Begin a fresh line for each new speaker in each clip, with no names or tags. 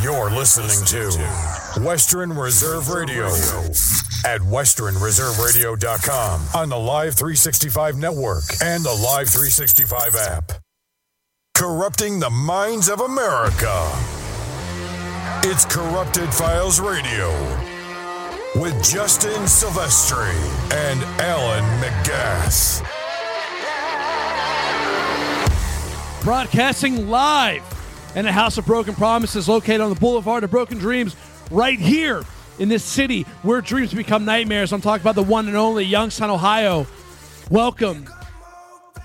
You're listening to Western Reserve Radio at westernreserveradio.com on the Live 365 network and the Live 365 app. Corrupting the minds of America. It's Corrupted Files Radio with Justin Silvestri and Alan McGass.
broadcasting live and the House of Broken Promises located on the Boulevard of Broken Dreams right here in this city where dreams become nightmares. I'm talking about the one and only Youngstown, Ohio. Welcome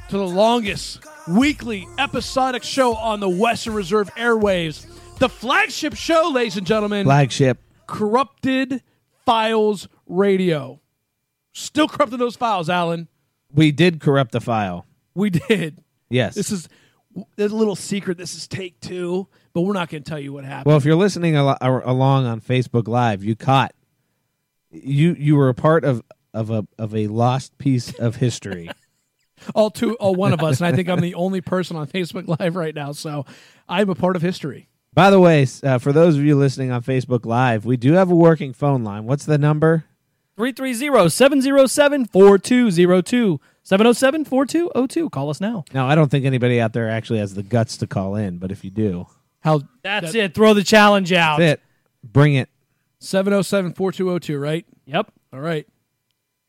to the longest weekly episodic show on the Western Reserve Airwaves. The flagship show, ladies and gentlemen,
flagship.
Corrupted Files Radio. Still corrupting those files, Alan.
We did corrupt the file.
We did.
Yes.
This is there's a little secret. This is take two, but we're not going to tell you what happened.
well, if you're listening al- ar- along on Facebook Live, you caught you you were a part of of a of a lost piece of history.
all two, all one of us, and I think I'm the only person on Facebook Live right now. So I'm a part of history.
By the way, s- uh, for those of you listening on Facebook Live, we do have a working phone line. What's the number?
330-707-4202. 707-4202. Call us now.
Now, I don't think anybody out there actually has the guts to call in, but if you do,
How
That's it. Throw the challenge out.
that's it. Bring it.
707-4202, Right.
Yep.
All right.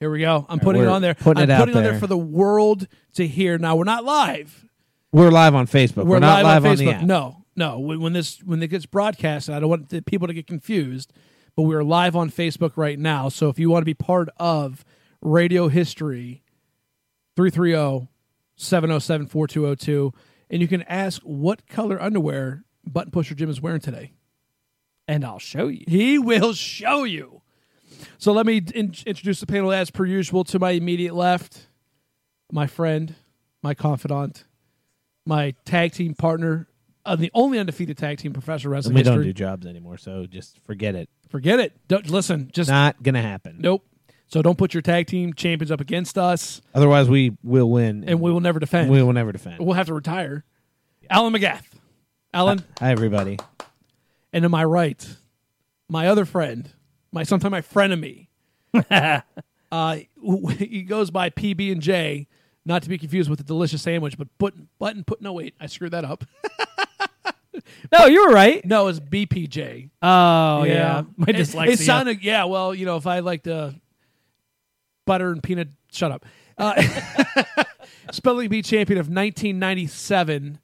Here we go. I'm putting it
we're
on there.
putting
I'm
it out
putting it on there
there.
for the world to hear. Now we're not live.
We're live on Facebook. We're, not live,
on
on, the
Facebook.
app.
No, no. When when this when it gets broadcast, and I don't want the people to get confused, but we're live on Facebook right now. So if you want to be part of radio history, oh, 330-707-4202, and you can ask what color underwear Button Pusher Jim is wearing today.
And I'll show you.
He will show you. So let me in- introduce the panel as per usual to my immediate left, my friend, my confidant, my tag team partner, uh, the only undefeated tag team professional
And
wrestling
we
history.
don't do jobs anymore, so just forget it.
Forget it. Don't listen. Just
Not gonna happen.
nope. So don't put your tag team champions up against us,
Otherwise, we will win,
and we will never defend.
we will never defend.
We'll have to retire. Alan McGath, Alan,
Hi, everybody.
and to my right, my other friend, my sometime my frenemy. uh, he goes by PB and J, not to be confused with the delicious sandwich, but button button put. No wait, I screwed that up.
No, you were right.
No, it's BPJ.
Oh, yeah. My
it,
dyslexia.
It sounded yeah. Well, you know, if I like to butter and peanut, shut up. Uh, spelling bee champion of 1997,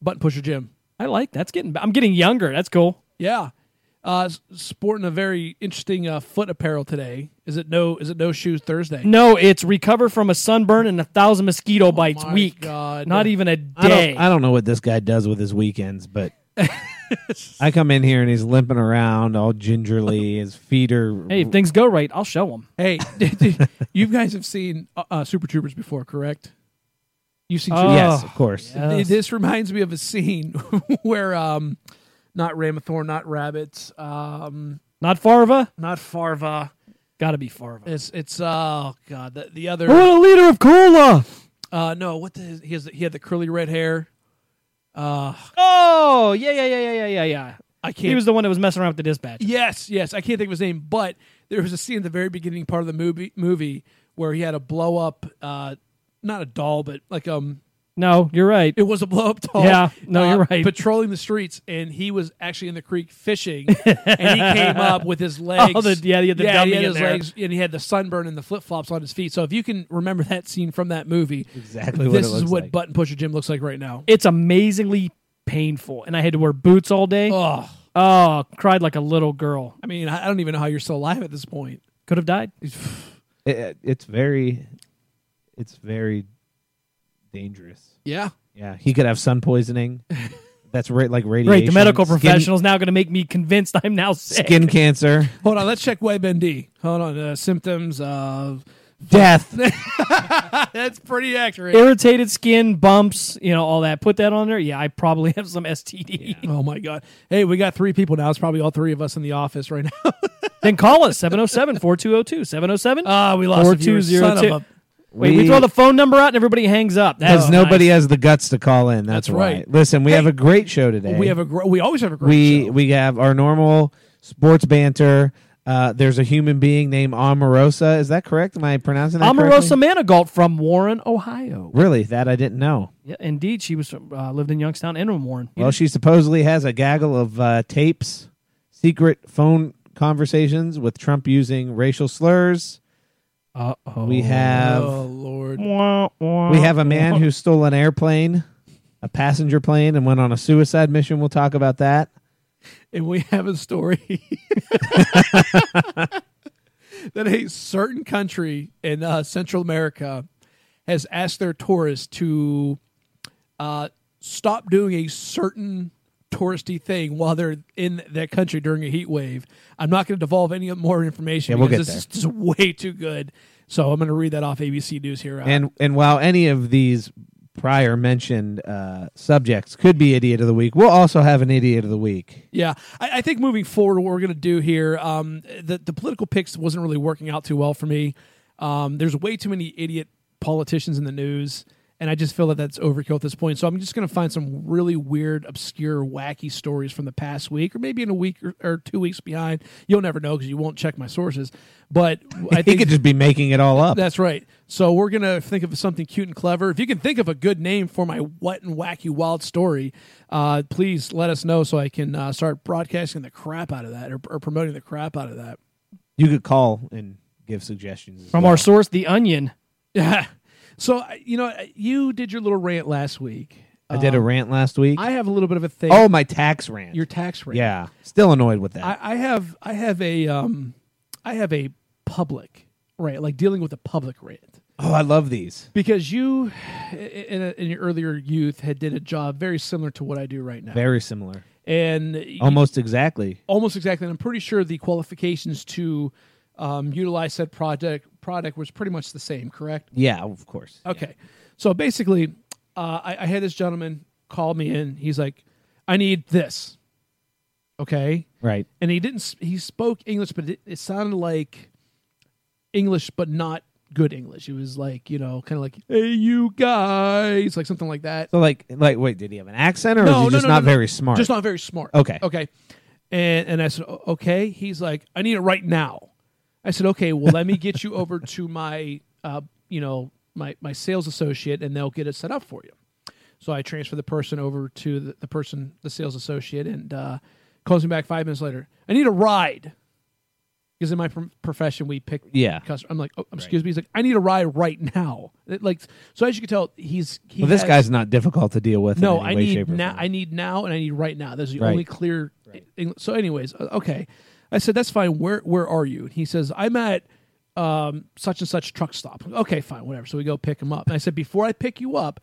button pusher Jim.
I like that's getting I'm getting younger. That's cool.
Yeah. Uh, s- sporting a very interesting uh, foot apparel today. Is it no? Is it no shoes Thursday?
No, it's recover from a sunburn and a thousand mosquito bites
my
week.
God.
Not even a
I
day.
don't, I don't know what this guy does with his weekends, but I come in here and he's limping around all gingerly. His feet are.
hey, if things go right, I'll show them.
Hey, you guys have seen uh, uh, Super Troopers before, correct? You've seen. Super-
Uh, yes,
Oh.
of course.
Yeah. yes.
This reminds me of a scene where, um, not Ramathorn, not rabbits, um,
Not Farva?
not Farva.
Gotta be Farva.
It's it's oh god, the, the
I
other
want a liter of cola.
uh, no, what the he has the, he had the curly red hair. Uh,
Oh, yeah, yeah, yeah, yeah, yeah, yeah, yeah.
I can't.
He was the one that was messing around with the dispatch.
Yes, yes. I can't think of his name, but there was a scene at the very beginning part of the movie movie where he had a blow up, uh, not a doll, but like um,
No, you're right.
it was a blow up doll.
Yeah, no,
uh,
you're right.
Patrolling the streets, and he was actually in the creek fishing, and he came up with his legs.
Oh, the- yeah, he had the dummy in
his
there.
legs, and he had the sunburn and the flip flops on his feet. So if you can remember that scene from that movie,
Exactly what
this
it
is
looks
what
like.
Button Pusher Jim looks like right now.
It's amazingly painful, and I had to wear boots all day.
Oh,
Oh, cried like a little girl.
I mean, I I don't even know how you're still alive at this point.
Could have died.
It- it's very, it's very dangerous.
Yeah.
Yeah, he could have sun poisoning. That's right, like radiation.
Great. The medical
Skin-
professional's now going to make me convinced I'm now sick.
Skin cancer,
Hold on, let's check WebMD. Hold on, uh, symptoms of
death.
that's pretty accurate.
Irritated skin, bumps, you know, all that. Put that on there. Yeah, I probably have some STD.
Oh my god! Hey, we got three people now. It's probably all three of us in the office right now.
oh then call us 707 4202. 707 Uh,
Ah, we lost a viewer. Son of a-
Wait, we, throw the phone number out and everybody hangs up. That's
because nobody
nice.
has the guts to call in. That's,
That's
why.
right.
Listen, we
Hey,
have a great show today.
We have a gr- we always have a great
we
show.
we have our normal sports banter. Uh, there's a human being named Omarosa. Is that correct? Am I pronouncing that
Omarosa
correctly?
Manigault from Warren, Ohio.
Really? That I didn't know.
Yeah, indeed, she was from, uh, lived in Youngstown and in Warren.
Well, she supposedly has a gaggle of uh, tapes, secret phone conversations with Trump using racial slurs.
Uh oh.
We have
oh Lord,
we have a man who stole an airplane, a passenger plane, and went on a suicide mission. We'll talk about that.
and we have a story that a certain country in uh, Central America has asked their tourists to uh, stop doing a certain touristy thing while they're in that country during a heat wave. I'm not going to devolve any more information
Yeah, we'll
because
get
this is just way too good. So I'm going to read that off ABC News here. Uh,
And and while any of these prior mentioned uh, subjects could be idiot of the week, we'll also have an idiot of the week.
Yeah, I, I think moving forward, what we're going to do here, um, the the political picks wasn't really working out too well for me. Um, there's way too many idiot politicians in the news, and I just feel that that's overkill at this point. So I'm just going to find some really weird, obscure, wacky stories from the past week, or maybe in a week or, or two weeks behind. You'll never know because you won't check my sources. But I
he
think
could just be making it all up.
that's right. So we're gonna think of something cute and clever. If you can think of a good name for my wet and wacky wild story, uh, please let us know so I can uh, start broadcasting the crap out of that or, or promoting the crap out of that.
You could call and give suggestions as
from
well.
our source, The Onion.
Yeah. So I- you know, you did your little rant last week.
I did a rant last week.
um, I have a little bit of a thing.
oh, my tax rant.
your tax rate.
yeah, still annoyed with that.
I, I have I have a um, I have a public rant, like dealing with a public rant.
oh, I love these.
Because you, i- in, a, in your earlier youth, had did a job very similar to what I do right now.
Very similar.
and you-
Almost exactly.
almost exactly. And I'm pretty sure the qualifications to um, utilize said project product was pretty much the same. Correct?
Yeah, of course.
Okay. So basically, uh, I, I had this gentleman call me in. He's like, "I need this." Okay,
Right.
and he didn't. s- He spoke English, but it, it sounded like English, but not good English. It was like you know, kind of like, "Hey, you guys," like something like that.
So like like wait, did he have an accent or
No,
was he
no,
just
no,
not
no, no.
very smart?
Just not very smart.
Okay.
Okay. And and I said, "O- okay. He's like, I need it right now. I said, okay. Well, let me get you over to my, uh, you know, my my sales associate, and they'll get it set up for you. So I transfer the person over to the, the person, the sales associate, and uh, calls me back five minutes later. I need a ride. Because in my pr- profession, we pick
Yeah.
customer. I'm like, oh, excuse me. He's like, I need a ride right now. It, like, so as you can tell, he's he
well, this
has-
guy's not difficult to deal with.
no,
in any
I
way,
need
shape, or
now.
form.
I need now, and I need right now. Those are the
Right.
only clear. Eng- So, anyways, uh, okay. I said that's fine. Where where are you? And he says I'm at um, such and such truck stop. Okay, fine, whatever. So we go pick him up. And I said before I pick you up,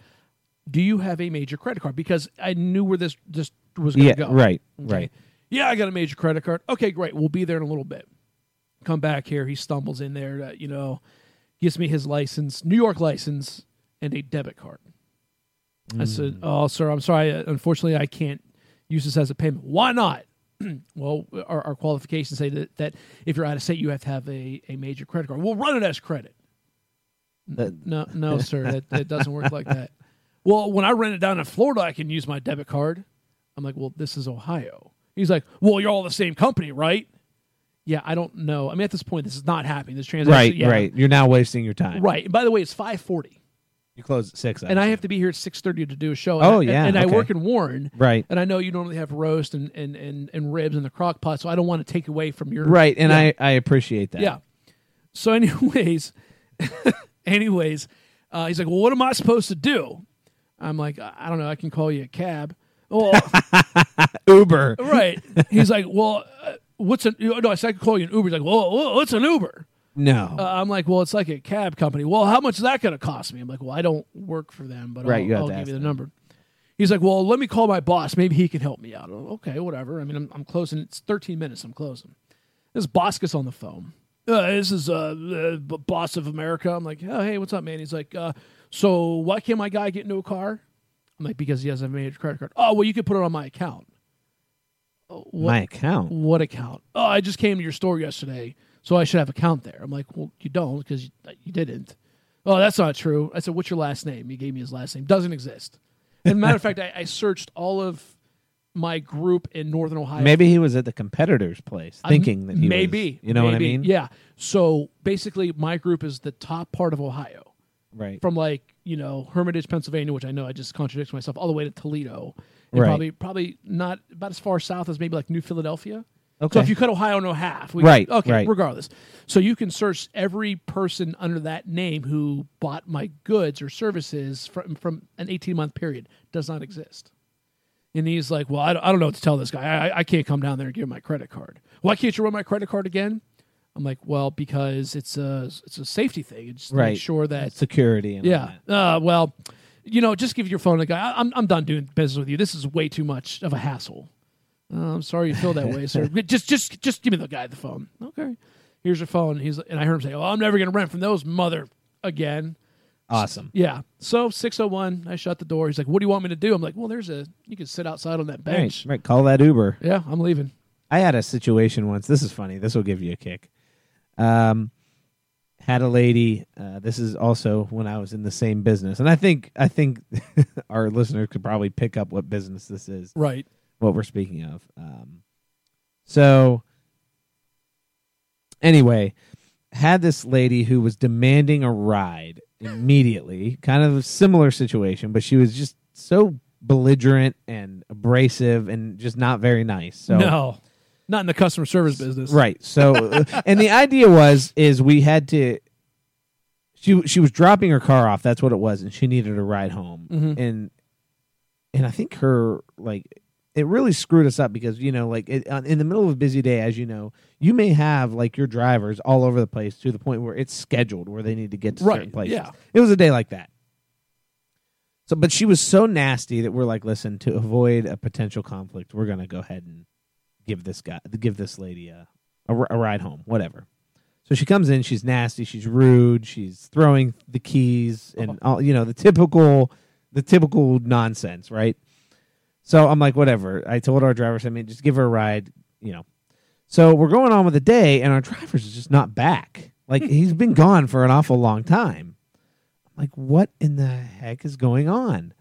do you have a major credit card? Because I knew where this this was going to
Yeah,
go.
right,
Okay.
right.
Yeah, I got a major credit card. Okay, great. We'll be there in a little bit. Come back here. He stumbles in there. Uh, you know, gives me his license, New York license, and a debit card. I said,
Hmm.
"Oh, sir, I'm sorry. Uh, Unfortunately, I can't use this as a payment. Why not? well, our, our qualifications say that, that if you're out of state, you have to have a, a major credit card. We'll run it as credit.
That-
No, no, sir, that, that doesn't work like that. Well, when I rent it down in Florida, I can use my debit card. I'm like, well, this is Ohio. He's like, well, you're all the same company, right? Yeah, I don't know. I mean, at this point, this is not happening. This transaction,
right,
yeah,
right. You're now wasting your time.
right. And by the way, it's five forty
You close at six.
and I have to be here at six thirty to do a show.
Oh,
and I,
yeah,
and,
okay.
I work in Warren,
Right.
And I know you normally have roast and and and, and ribs in the crock pot, so I don't want to take away from your
right, and
Yeah.
I I appreciate that.
yeah. So, anyways, anyways, uh, he's like, "Well, what am I supposed to do?" I'm like, "I I don't know. I can call you a cab." Well,
Uber.
right. He's like, "Well, uh, what's an?" No, I said I can call you an Uber. He's like, "Well, wha- what's an Uber?"
No.
Uh, I'm like, well, it's like a cab company. Well, how much is that going to cost me? I'm like, well, I don't work for them, but
Right, you have
I'll, I'll
to
give
ask
you the
them.
number. He's like, well, let me call my boss. Maybe he can help me out. I'm like, okay, whatever. I mean, I'm, I'm closing. It's 13 minutes. I'm closing. This boss gets on the phone. Uh, this is uh, uh, b- boss of America. I'm like, oh, hey, what's up, man? He's like, uh, so why can't my guy get into a car? I'm like, because he has a major credit card. Oh, well, you could put it on my account. Oh, what-
My account.
what account? Oh, I just came to your store yesterday, so I should have account there. I'm like, well, uh, you don't because you, you didn't. Oh, that's not true. I said, What's your last name? He gave me his last name. Doesn't exist. And matter of fact, I, I searched all of my group in Northern Ohio.
Maybe he was at the competitor's place
I'm-
thinking that he was-
maybe
you know what I
maybe,
mean?
Yeah. So basically, my group is the top part of Ohio,
Right.
from like you know Hermitage, Pennsylvania, which I know I just contradicted myself, all the way to Toledo, and
Right.
probably probably not about as far south as maybe like New Philadelphia. So
Okay.
if you cut Ohio no half, we
Right,
Okay,
right.
regardless. So you can search every person under that name who bought my goods or services from from an eighteen month period does not exist. And he's like, "Well, I don't, I don't know what to tell this guy. I, I- I can't come down there and give him my credit card. Why can't you run my credit card again?" I'm like, "Well, because it's a it's a safety thing. It's just to
right.
make sure that
security and all
yeah.
that.
Uh, well, you know, just give your phone to the guy. I- I'm I'm done doing business with you. This is way too much of a hassle. "Uh, I'm sorry you feel that way, sir. Just just just give me the guy the phone. Okay, here's your phone. He's and I heard him say, "Oh, I'm never gonna rent from those mother again."
Awesome.
Yeah. So 601, I shut the door. He's like, "What do you want me to do?" I'm like, "Well, there's a you can sit outside on that bench."
Right, right. Call that Uber.
Yeah, I'm leaving.
I had a situation once. This is funny. This will give you a kick. Um, had a lady. Uh, this is also when I was in the same business, and I think I think our listeners could probably pick up what business this is,
Right.
what we're speaking of. Um, so, anyway, had this lady who was demanding a ride immediately. kind of a similar situation, but she was just so belligerent and abrasive and just not very nice. So
No, not in the customer service business.
Right. So, uh, and the idea was is we had to. She she was dropping her car off. That's what it was, and she needed a ride home. And and I think her like it really screwed us up because you know like it, on- in the middle of a busy day, as you know, you may have like your drivers all over the place to the point where it's scheduled where they need to get to certain
Right,
places.
yeah.
It was a day like that. So, but she was so nasty that we're like, listen, to avoid a potential conflict, we're gonna go ahead and give this guy, give this lady a, a, r- a ride home, whatever. So she comes in, she's nasty, she's rude, she's throwing the keys and all, you know, the typical, the typical nonsense, right? So I'm like, whatever. I told our driver, I said, "Man, just give her a ride, you know. So we're going on with the day, and our driver's just not back. Like he's been gone for an awful long time. I'm like, what in the heck is going on?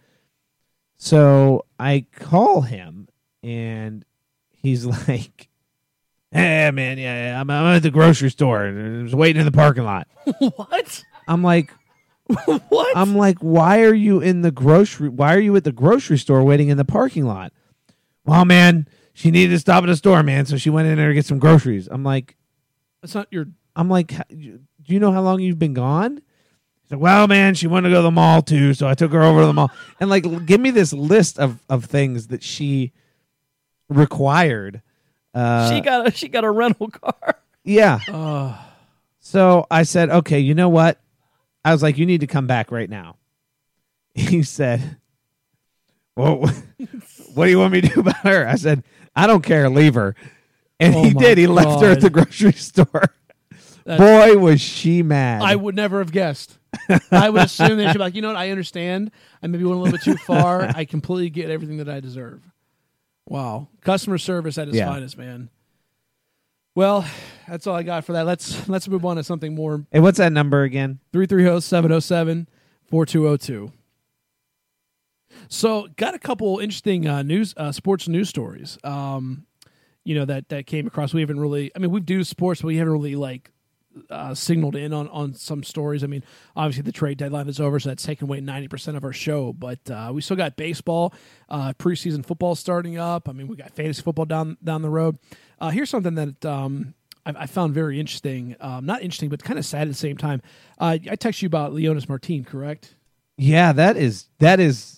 So I call him, and he's like, "Hey, man, yeah, yeah, I'm, I'm at the grocery store. and I was waiting in the parking lot."
What?
I'm like,
What?
I'm like, why are you in the grocery? Why are you at the grocery store waiting in the parking lot? Well, man, she needed to stop at a store, man, so she went in there to get some groceries. I'm like,
That's not your.
I'm like, "H- you- do you know how long you've been gone? She's like, well, man, she wanted to go to the mall too, so I took her over to the mall. And like, l- give me this list of of things that she required. Uh,
she got a she got a rental car.
yeah.
Uh,
So I said, okay, you know what? I was like, you need to come back right now. He said, well, what do you want me to do about her? I said, I don't care. Leave her. And
Oh
he
my
did. He left her at
God.
the grocery store.
That's-
Boy, was she mad.
I would never have guessed. I would assume they should be like, you know what? I understand. I maybe went a little bit too far. I completely get everything that I deserve. Wow, customer service at its
Yeah.
finest, man. Well, that's all I got for that. Let's let's move on to something more. oh,
and what's that number again?
330-707-4202. So, got a couple interesting uh, news, uh, sports news stories. Um, you know that that came across. We haven't really. I mean, we do sports, but we haven't really like uh, signaled in on on some stories. I mean, obviously the trade deadline is over, so that's taken away ninety percent of our show. But uh, we still got baseball, uh, preseason football starting up. I mean, we got fantasy football down down the road. Uh, here's something that um, I, I found very interesting. Um, not interesting, but kind of sad at the same time. Uh, I text you about Leonis Martin, correct?
Yeah, that is that is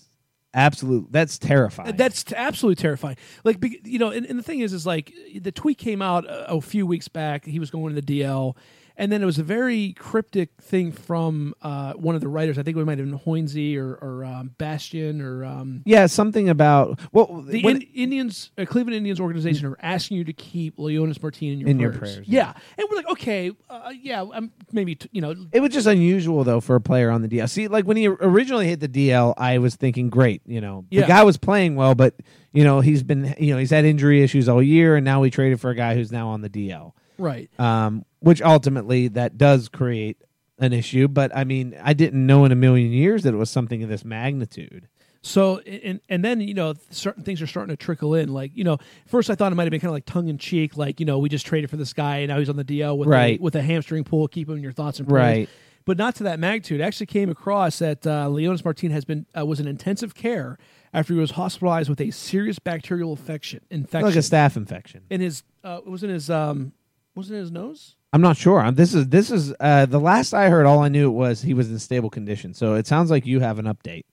absolute. That's terrifying.
That's t- absolutely terrifying. Like, be- you know, and, and the thing is, is like the tweet came out a, a few weeks back. He was going to the DL, and then it was a very cryptic thing from uh, one of the writers. I think we might have been Hoinsey or, or um, Bastion or um,
yeah, something about well,
the
when-
in, Indians, uh, Cleveland Indians organization are asking you to keep Leonis Martin in your
In your
prayers.
prayers,
Yeah, and we're like, okay, uh, yeah, um, maybe t- you know,
It was just unusual though for a player on the DL. See, like when he originally hit the DL, I was thinking, great, you know,
Yeah.
the guy was playing well, but you know he's been, you know, he's had injury issues all year, and now we traded for a guy who's now on the DL,
right?
um, which ultimately that does create an issue, but I mean, I didn't know in a million years that it was something of this magnitude.
So and and then you know certain things are starting to trickle in. Like you know, first I thought it might have been kind of like tongue in cheek, like you know we just traded for this guy and now he's on the DL with
Right.
a, with a hamstring pull. Keep him in your thoughts and prayers.
Right.
But not to that magnitude. I actually came across that uh, Leonis Martin has been uh, was in intensive care after he was hospitalized with a serious bacterial infection. Infection
Like a staph infection.
in his uh, it was in his um was in his nose.
I'm not sure. I'm, this is this is uh, the last I heard. All I knew was he was in stable condition. So it sounds like you have an update.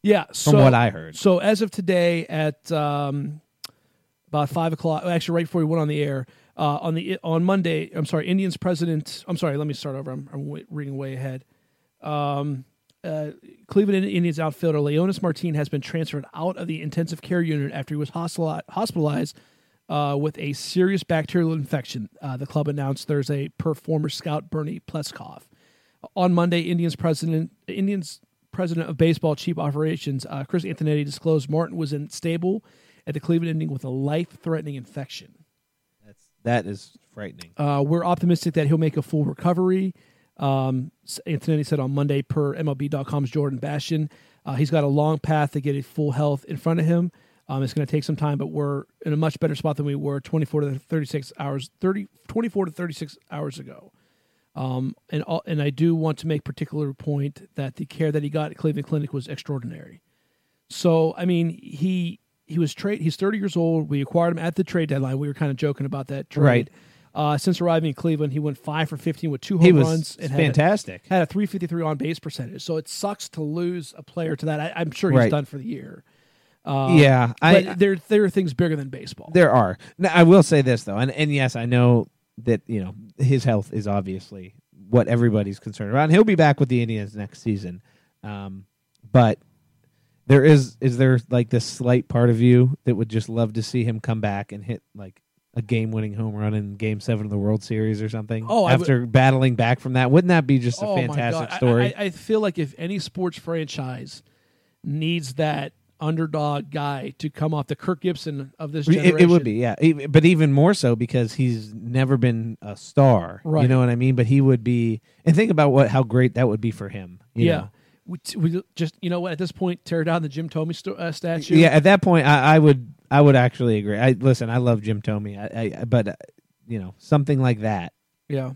Yeah,
From
so-
what I heard.
So as of today, at um, about five o'clock, actually right before we went on the air uh, on the on Monday, I'm sorry, Indians president. I'm sorry, let me start over. I'm, I'm wa- reading way ahead. Um, uh, Cleveland Indians outfielder Leonis Martin has been transferred out of the intensive care unit after he was hospitali- hospitalized uh, with a serious bacterial infection. Uh, the club announced Thursday per former scout Bernie Pleskov. On Monday, Indians president Indians president of baseball chief operations uh, Chris Antonetti disclosed Martin was in stable at the Cleveland Indian with a life-threatening infection.
That is frightening.
Uh, we're optimistic that he'll make a full recovery. Um, s- Antonetti said on Monday per MLB.com's Jordan Bastion. Uh, he's got a long path to get a full health in front of him. Um, it's going to take some time, but we're in a much better spot than we were 24 to 36 hours 30 24 to 36 hours ago. Um, and all, and I do want to make particular point that the care that he got at Cleveland Clinic was extraordinary. So I mean, he he was trade. He's thirty years old. We acquired him at the trade deadline. We were kind of joking about that trade.
Right.
Uh, since arriving in Cleveland, he went five for fifteen with two home
He was
runs and had a,
fantastic.
had a three fifty three on base percentage. So it sucks to lose a player to that. I, I'm sure he's
Right.
done for the year.
yeah, I,
Um, but there there are things bigger than baseball.
There are. Now, I will say this though, and, and yes, I know that you know his health is obviously what everybody's concerned about. And he'll be back with the Indians next season, um, but there is is there like this slight part of you that would just love to see him come back and hit like a game winning home run in Game Seven of the World Series or something.
Oh, I would-
after battling back from that, wouldn't that be just a
oh my
fantastic
God. I-
story?
I, I, feel like if any sports franchise needs that underdog guy to come off the Kirk Gibson of this generation,
It, it would be, yeah. E- But even more so because he's never been a star. You
Right.
know what I mean? But he would be, and think about what how great that would be for him. you
yeah.
know?
We, we just you know what at this point tear down the Jim Tomey sto- uh, statue.
Yeah. At that point, I, I would, I would actually agree. I listen. I love Jim Tomey, I, I, but uh, you know, something like that.
Yeah.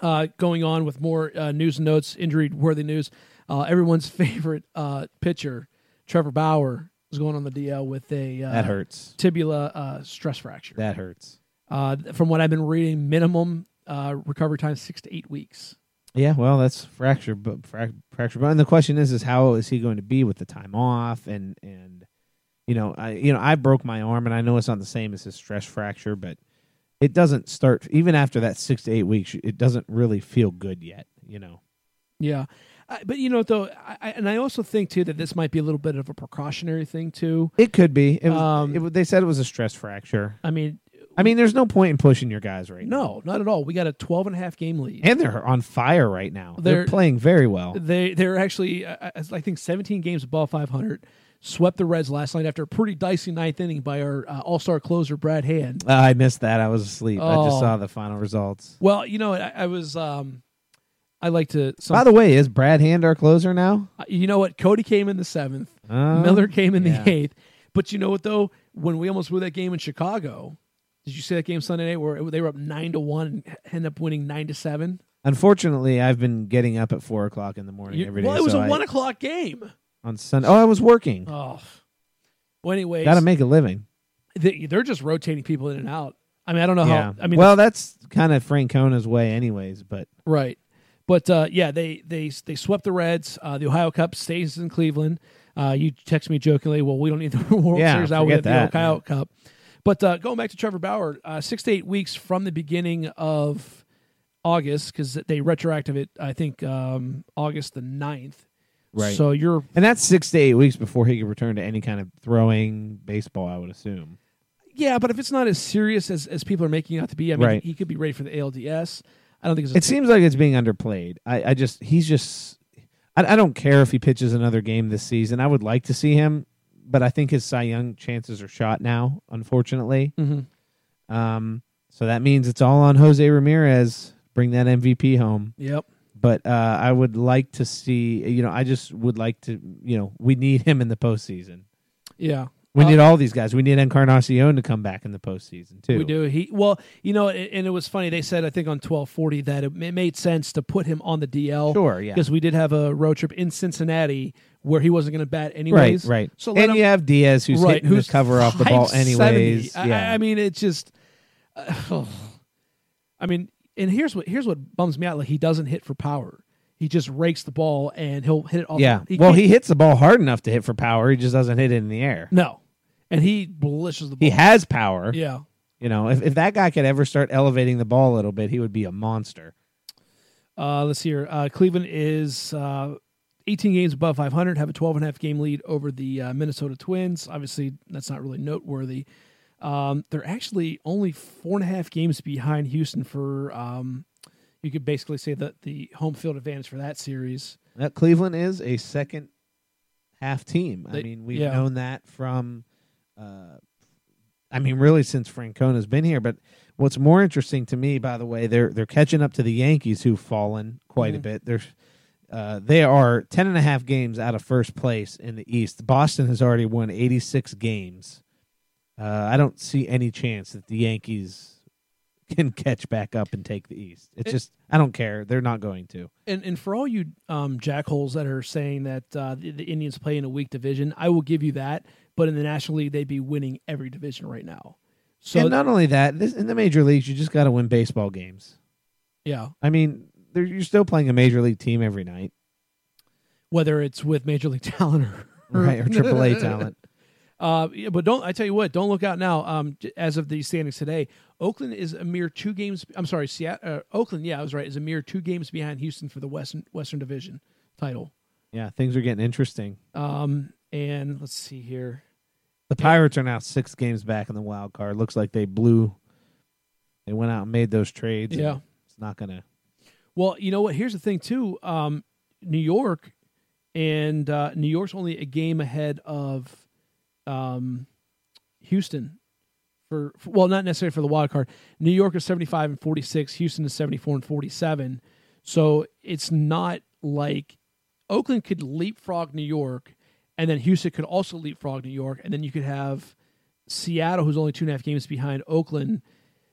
Uh, going on with more uh, news and notes, injury worthy news. Uh, everyone's favorite uh, pitcher, Trevor Bauer, is going on the DL with a uh,
That hurts.
tibula uh, stress fracture.
That hurts.
uh, from what I've been reading, minimum uh, recovery time is six to eight weeks.
Yeah. Well, that's fracture, but frac, fracture. But and the question is, is how is he going to be with the time off and and you know, I you know, I broke my arm, and I know it's not the same as his stress fracture, but it doesn't start even after that six to eight weeks. It doesn't really feel good yet, you know.
Yeah, I, but you know though, I, I, and I also think too that this might be a little bit of a precautionary thing too.
It could be. It was,
Um,
it, wa- they said it was a stress fracture.
I mean,
I mean, there's no point in pushing your guys right now.
no, not at all. We got a 12 and a half game lead.
And they're on fire right now. They're,
They're-
playing very well.
They they're actually uh, uh, I think 17 games above 500. Swept the Reds last night after a pretty dicey ninth inning by our uh, All Star closer Brad Hand.
Uh, I missed that. I was asleep. I just
Oh.
saw the final results.
Well, you know, I, I was um, I like to. Some,
By the way, is Brad Hand our closer now?
you know what? Cody came in the seventh.
Uh,
Miller came in
yeah.
the eighth. But you know what though? When we almost blew that game in Chicago, did you see that game Sunday night where they were up nine to one and ended up winning nine to seven?
Unfortunately, I've been getting up at four o'clock in the morning
You-
every day.
well, it was
so
a
I-
one o'clock game.
on Sunday. Oh, I was working.
Oh, well, anyways,
Got to make a living.
they, they're just rotating people in and out. I mean, I don't know
yeah.
how. Oh, I mean,
well, that's kind of Francona's way, anyways. But
Right. But uh, yeah, they they they swept the Reds. Uh, the Ohio Cup stays in Cleveland. Uh, you text me jokingly, "Well, we don't need the World
Yeah,
Series now. We have
forget
the
that,
Ohio Cup." But uh, going back to Trevor Bauer, uh, six to eight weeks from the beginning of August, because they retroactive it, I think um, August the 9th.
Right.
So you're
and that's six to eight weeks before he could return to any kind of throwing baseball. I would assume.
yeah, but if it's not as serious as, as people are making it out to be, I mean,
Right.
he could be ready for the ALDS. I don't think it's,
It seems like it's being underplayed. I, I just he's just. I, I don't care if he pitches another game this season. I would like to see him, but I think his Cy Young chances are shot now. Unfortunately,
Mhm.
um, so that means it's all on Jose Ramirez. Bring that MVP home.
Yep.
But uh, I would like to see. You know, I just would like to. You know, we need him in the postseason.
Yeah.
We
Uh,
need all these guys. We need Encarnacion to come back in the postseason too.
We do. He well, you know, a- and it was funny. They said I think on twelve forty that it ma- made sense to put him on the DL.
Sure, yeah.
Because we did have a road trip in Cincinnati where he wasn't going to bat
Right,
anyways.
right.
So let
and
him,
you have Diaz who's
right,
hitting the cover off the ball
570.
anyways.
I-
yeah.
I, I mean, it's just. uh, I mean, and here's what here's what bums me out. Like he doesn't hit for power. He just rakes the ball and he'll hit it off.
yeah.
He
well,
can't-
he hits the ball hard enough to hit for power. He just doesn't hit it in the air.
no, and he blishes the ball.
He has power.
yeah.
You know, if, if that guy could ever start elevating the ball a little bit, he would be a monster.
Uh, let's see here. Uh, Cleveland is uh, 18 games above 500, have a 12 and a half game lead over the uh, Minnesota Twins. Obviously, that's not really noteworthy. Um, they're actually only four and a half games behind Houston for, um, you could basically say that the home field advantage for that series.
Now, Cleveland is a second half team. I
They-
mean, we've
yeah.
known that from, uh, I mean, really since Francona's been here. But what's more interesting to me, by the way, they're they're catching up to the Yankees, who've fallen quite
Mm-hmm.
a bit. They're uh, they are ten and a half games out of first place in the East. Boston has already won eighty six games. Uh, I don't see any chance that the Yankees can catch back up and take the East. It's
It-
just I don't care. They're not going to.
And, and for all you um, jackholes that are saying that uh, the, the Indians play in a weak division, I will give you that. But in the National League, they'd be winning every division right now. So,
and not only that, this, in the major leagues, you just got to win baseball games.
yeah,
I mean, there- you're still playing a major league team every night,
whether it's with Major League Talent or,
right? Or AAA talent.
Uh, yeah, but don't I tell you what? Don't look out now. Um, j- as of the standings today, Oakland is a mere two games. I'm sorry, Seattle, uh, Oakland. Yeah, I was right. Is a mere two games behind Houston for the Western Western Division title.
Yeah, things are getting interesting.
Um, and let's see here.
The Pirates are now six games back in the wild card. Looks like they blew. They went out and made those trades. and
Yeah.
it's not gonna.
Well, you know what? Here's the thing too. Um, New York and uh, New York's only a game ahead of um, Houston. For, for well, not necessarily for the wild card. New York is 75 and 46. Houston is 74 and 47. So it's not like Oakland could leapfrog New York, and then Houston could also leapfrog New York, and then you could have Seattle, who's only two and a half games behind Oakland.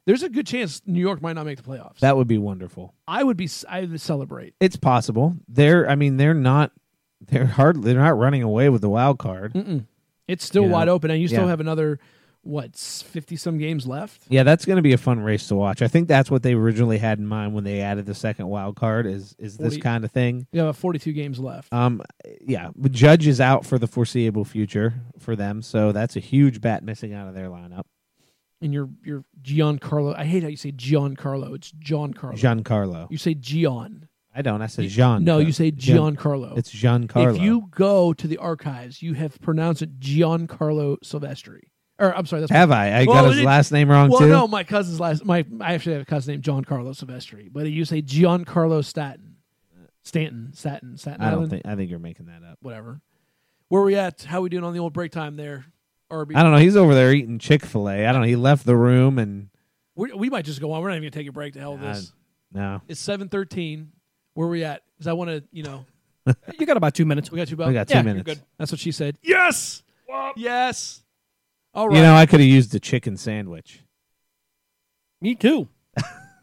There's a good chance New York might not make the playoffs.
That would be wonderful.
I would be I would celebrate.
It's possible. They're. I mean, they're not. They're hard. They're not running away with the wild card.
It's still
Yeah.
wide open, and you still
Yeah.
have another what fifty some games left.
Yeah, that's going to be a fun race to watch. I think that's what they originally had in mind when they added the second wild card. Is is this
Forty-
kind of thing?
You have forty two games left.
Um, yeah, but Judge is out for the foreseeable future for them, so that's a huge bat missing out of their lineup.
and you're you're Giancarlo. I hate how you say Giancarlo. It's Giancarlo.
Giancarlo.
You say Gian.
I don't. I said Jean.
No, you say
Gian-
Giancarlo.
It's Giancarlo.
If you go to the archives, you have pronounced it Giancarlo Silvestri. Or I'm sorry, that's
have I? I
Well,
got his
it-
last name wrong
well,
too.
no, my cousin's last. My I actually have a cousin named Giancarlo Silvestri, but you say Giancarlo Staten, Stanton, Staten, Staten
I don't
Island.
think. I think you're making that up.
whatever. Where we at? How we doing on the old break time there? Arby,
I don't know. He's over there eating Chick Fil A. I don't. know. He left the room and
we, we might just go on. We're not even gonna take a break. To hell with this.
no.
It's seven thirteen. Where we at? Because I want to, you know,
You got about two minutes.
we got two. About,
We got two
yeah,
minutes.
You're good. That's what she said. Yes. Yes. All right.
You know, I could have used the chicken sandwich.
Me too.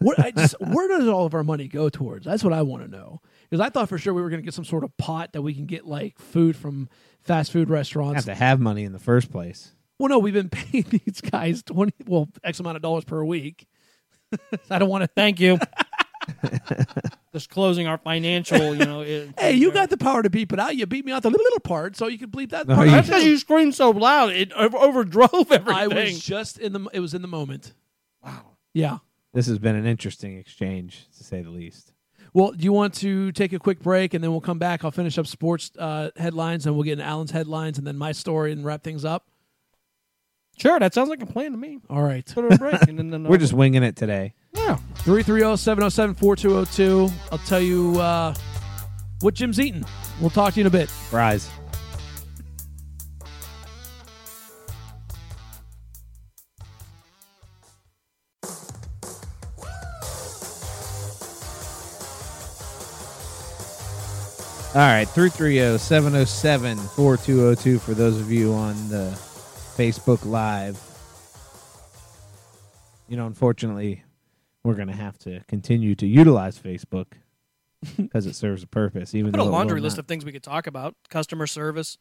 what, I just, where does all of our money go towards? That's what I want to know. Because I thought for sure we were going to get some sort of pot that we can get like food from fast food
I
restaurants.
have to have money in the first place.
Well, no, we've been paying these guys twenty, well, x amount of dollars per week. I don't want to
Thank you. Disclosing our financial, you know. it-
Hey, you got the power to beep it out. You beat me out the little part, so you can bleep that
No,
part.
you-
out
That's because
too.
you screamed so loud. It over- overdrove everything.
I was just in the. It was in the moment. Wow. Yeah.
This has been an interesting exchange, to say the least.
Well, do you want to take a quick break and then we'll come back? I'll finish up sports uh, headlines and we'll get into Alan's headlines and then my story and wrap things up.
sure, that sounds like a plan to me.
All right.
Put it on break, and then, uh, then
We're just winging it today.
yeah.
330 707 4202. I'll tell you uh, what Jim's eating. We'll talk to you in a bit.
Rise. All right, oh, 330 707 4202 for those of you on the Facebook Live. You know, unfortunately, we're going to have to continue to utilize Facebook because it serves a purpose. Even
Put a
though it will
laundry list
not-
of things we could talk about: customer service,